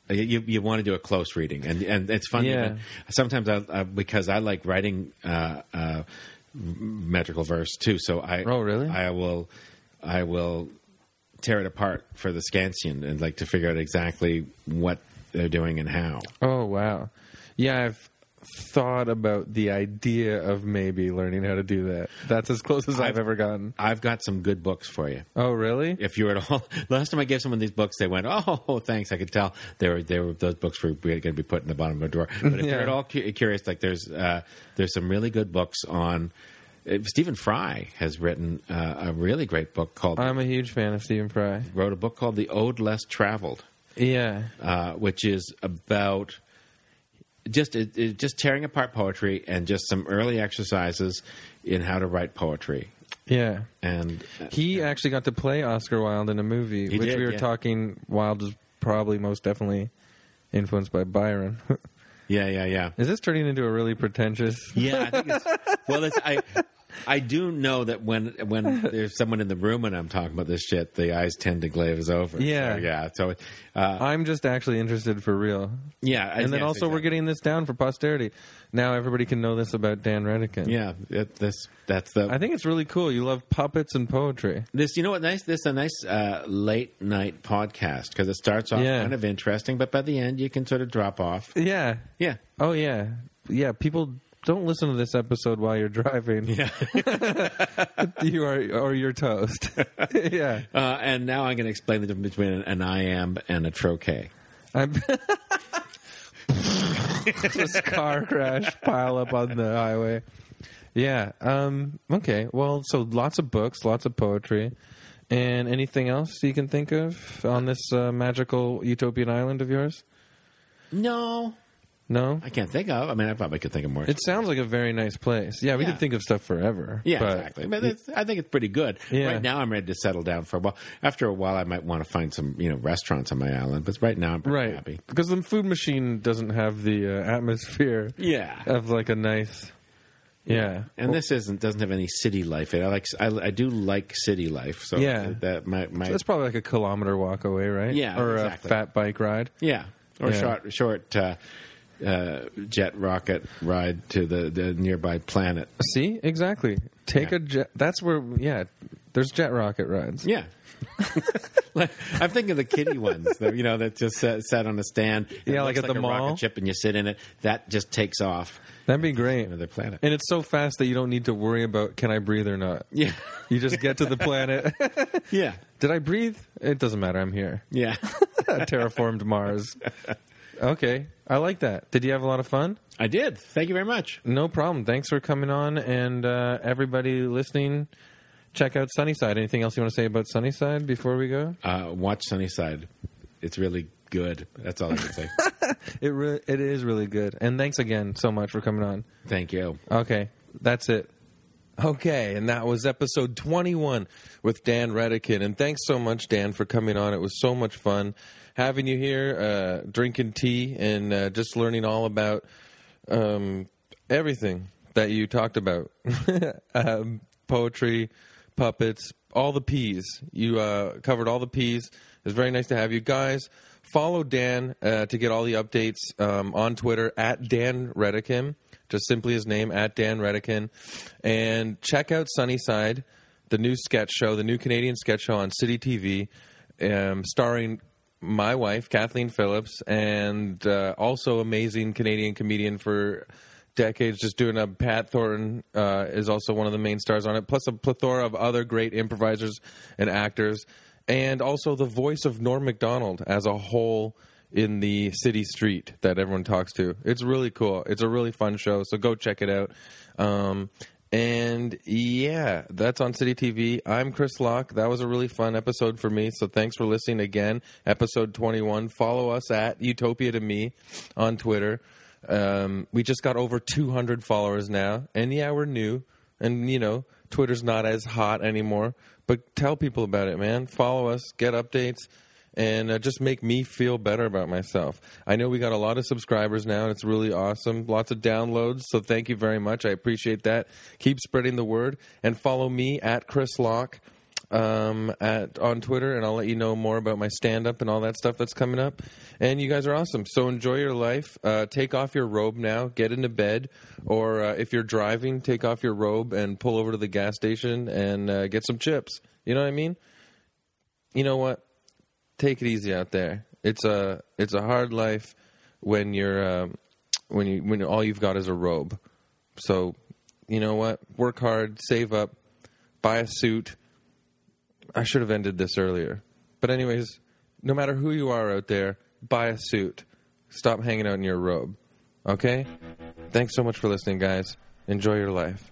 You, you want to do a close reading, and and it's funny.
Yeah.
but Sometimes I, I because I like writing uh, uh, metrical verse too, so I
Oh, really?
I will I will tear it apart for the Scansion and like to figure out exactly what they're doing and how.
Oh wow, yeah, I've thought about the idea of maybe learning how to do that. That's as close as I've,
I've-
ever gotten.
I've got some good books for you.
Oh really?
if you were at all last time I gave someone these books, they went, "Oh, thanks." I could tell they were they were those books were going to be put in the bottom of a drawer. But if
Yeah.
you're at all cu- curious, like there's uh, there's some really good books on. Uh, Stephen Fry has written uh, a really great book called
I'm a huge fan of Stephen Fry.
wrote a book called The Ode Less Traveled
Yeah.
uh, which is about just it, it, just tearing apart poetry and just some early exercises in how to write poetry.
Yeah.
And uh,
He actually got to play Oscar Wilde in a movie,
He
which
did,
we were
yeah.
talking. Wilde was probably most definitely influenced by Byron.
yeah, yeah, yeah.
Is this turning into a really pretentious?
Yeah, I think it's, well, it's, I I do know that when when there's someone in the room and I'm talking about this shit, the eyes tend to glaze over.
Yeah.
so, yeah. So, uh,
I'm just actually interested for real.
yeah,
And then also, we're getting this down for posterity. Now everybody can know this about Dan Redican.
yeah. It, this that's the
I think it's really cool. You love puppets and poetry.
this you know what nice this is a nice uh, late night podcast because it starts off
Yeah.
kind of interesting, but by the end you can sort of drop off.
Yeah.
Yeah.
Oh yeah. Yeah. People don't listen to this episode while you're driving.
Yeah,
you are or you're toast. yeah.
uh, and now I'm going to explain the difference between an, an iamb and a trochee.
I'm just car crash pile up on the highway. Yeah. Um, okay. Well, so lots of books, lots of poetry, and anything else you can think of on this uh, magical utopian island of yours?
No,
No.
I can't think of. I mean, I probably could think of more.
It sounds like a very nice place. Yeah, we
Yeah.
could think of stuff forever.
Yeah,
but-
exactly. But it's, I think it's pretty good.
Yeah.
Right now, I'm ready to settle down for a while. After a while, I might want to find some you know restaurants on my island. But right now, I'm pretty
Right.
happy.
Because the food machine doesn't have the uh, atmosphere
Yeah.
of like a nice. Yeah.
and this isn't doesn't have any city life. in it. I like I, I do like city life. So
Yeah.
that my my
That's probably like a kilometer walk away, right?
Yeah,
or a
exactly.
fat bike ride.
yeah or
Yeah.
short short uh, uh, jet rocket ride to the, the nearby planet.
See, exactly. Take
Yeah.
a jet. That's where, yeah. There's jet rocket rides.
Yeah. Like, I'm thinking of the kitty ones, that, you know, that just sat, sat on a stand. and it
Yeah, like
looks
at the
a
mall.
rocket ship, and you sit in it. That just takes off
That'd be great.
to another planet.
And it's so fast that you don't need to worry about can I breathe or not.
yeah,
You just get to the planet.
yeah,
Did I breathe? It doesn't matter. I'm here.
yeah.
Terraformed Mars. Okay, I like that. Did you have a lot of fun?
I did. Thank you very much.
No problem. Thanks for coming on, and uh, everybody listening, check out Sunnyside. Anything else you want to say about Sunnyside before we go?
Uh, watch Sunnyside. It's really good. That's all I can say.
It re- it is really good. And thanks again so much for coming on.
Thank you.
Okay, that's it.
Okay, and that was episode 21 with Dan Redican. And thanks so much, Dan, for coming on. It was so much fun having you here, uh, drinking tea, and uh, just learning all about um, everything that you talked about um, poetry, puppets, all the P's. You uh, covered all the P's. It was very nice to have you guys. Follow Dan uh, to get all the updates um, on Twitter at Dan Redican, just simply his name at Dan Redican. And check out Sunnyside, the new sketch show, the new Canadian sketch show on City TV, um, starring my wife, Kathleen Phillips, and uh, also amazing Canadian comedian for decades, just doing a Pat Thornton uh, is also one of the main stars on it, plus a plethora of other great improvisers and actors, and also the voice of Norm Macdonald as a whole in the city street that everyone talks to. It's really cool. It's a really fun show, so go check it out. Um, and yeah, that's on City TV. I'm Chris Locke. That was a really fun episode for me. So thanks for listening again. Episode 21. Follow us at Utopia to Me on Twitter. Um, we just got over 200 followers now. And yeah, we're new. And you know, Twitter's not as hot anymore. But tell people about it, man. Follow us, get updates and uh, just make me feel better about myself. I know we got a lot of subscribers now, and it's really awesome. Lots of downloads, so thank you very much. I appreciate that. Keep spreading the word and follow me at Chris Locke um, at on Twitter, and I'll let you know more about my stand up and all that stuff that's coming up. And you guys are awesome, so enjoy your life. Uh, take off your robe now, get into bed, or uh, if you're driving, take off your robe and pull over to the gas station and uh, get some chips. You know what I mean? You know what? take it easy out there. It's a it's a hard life when you're um, when you when all you've got is a robe. So you know what? Work hard, save up, buy a suit. I should have ended this earlier, but anyways, no matter who you are out there, buy a suit. Stop hanging out in your robe. Okay? Thanks so much for listening, guys. Enjoy your life.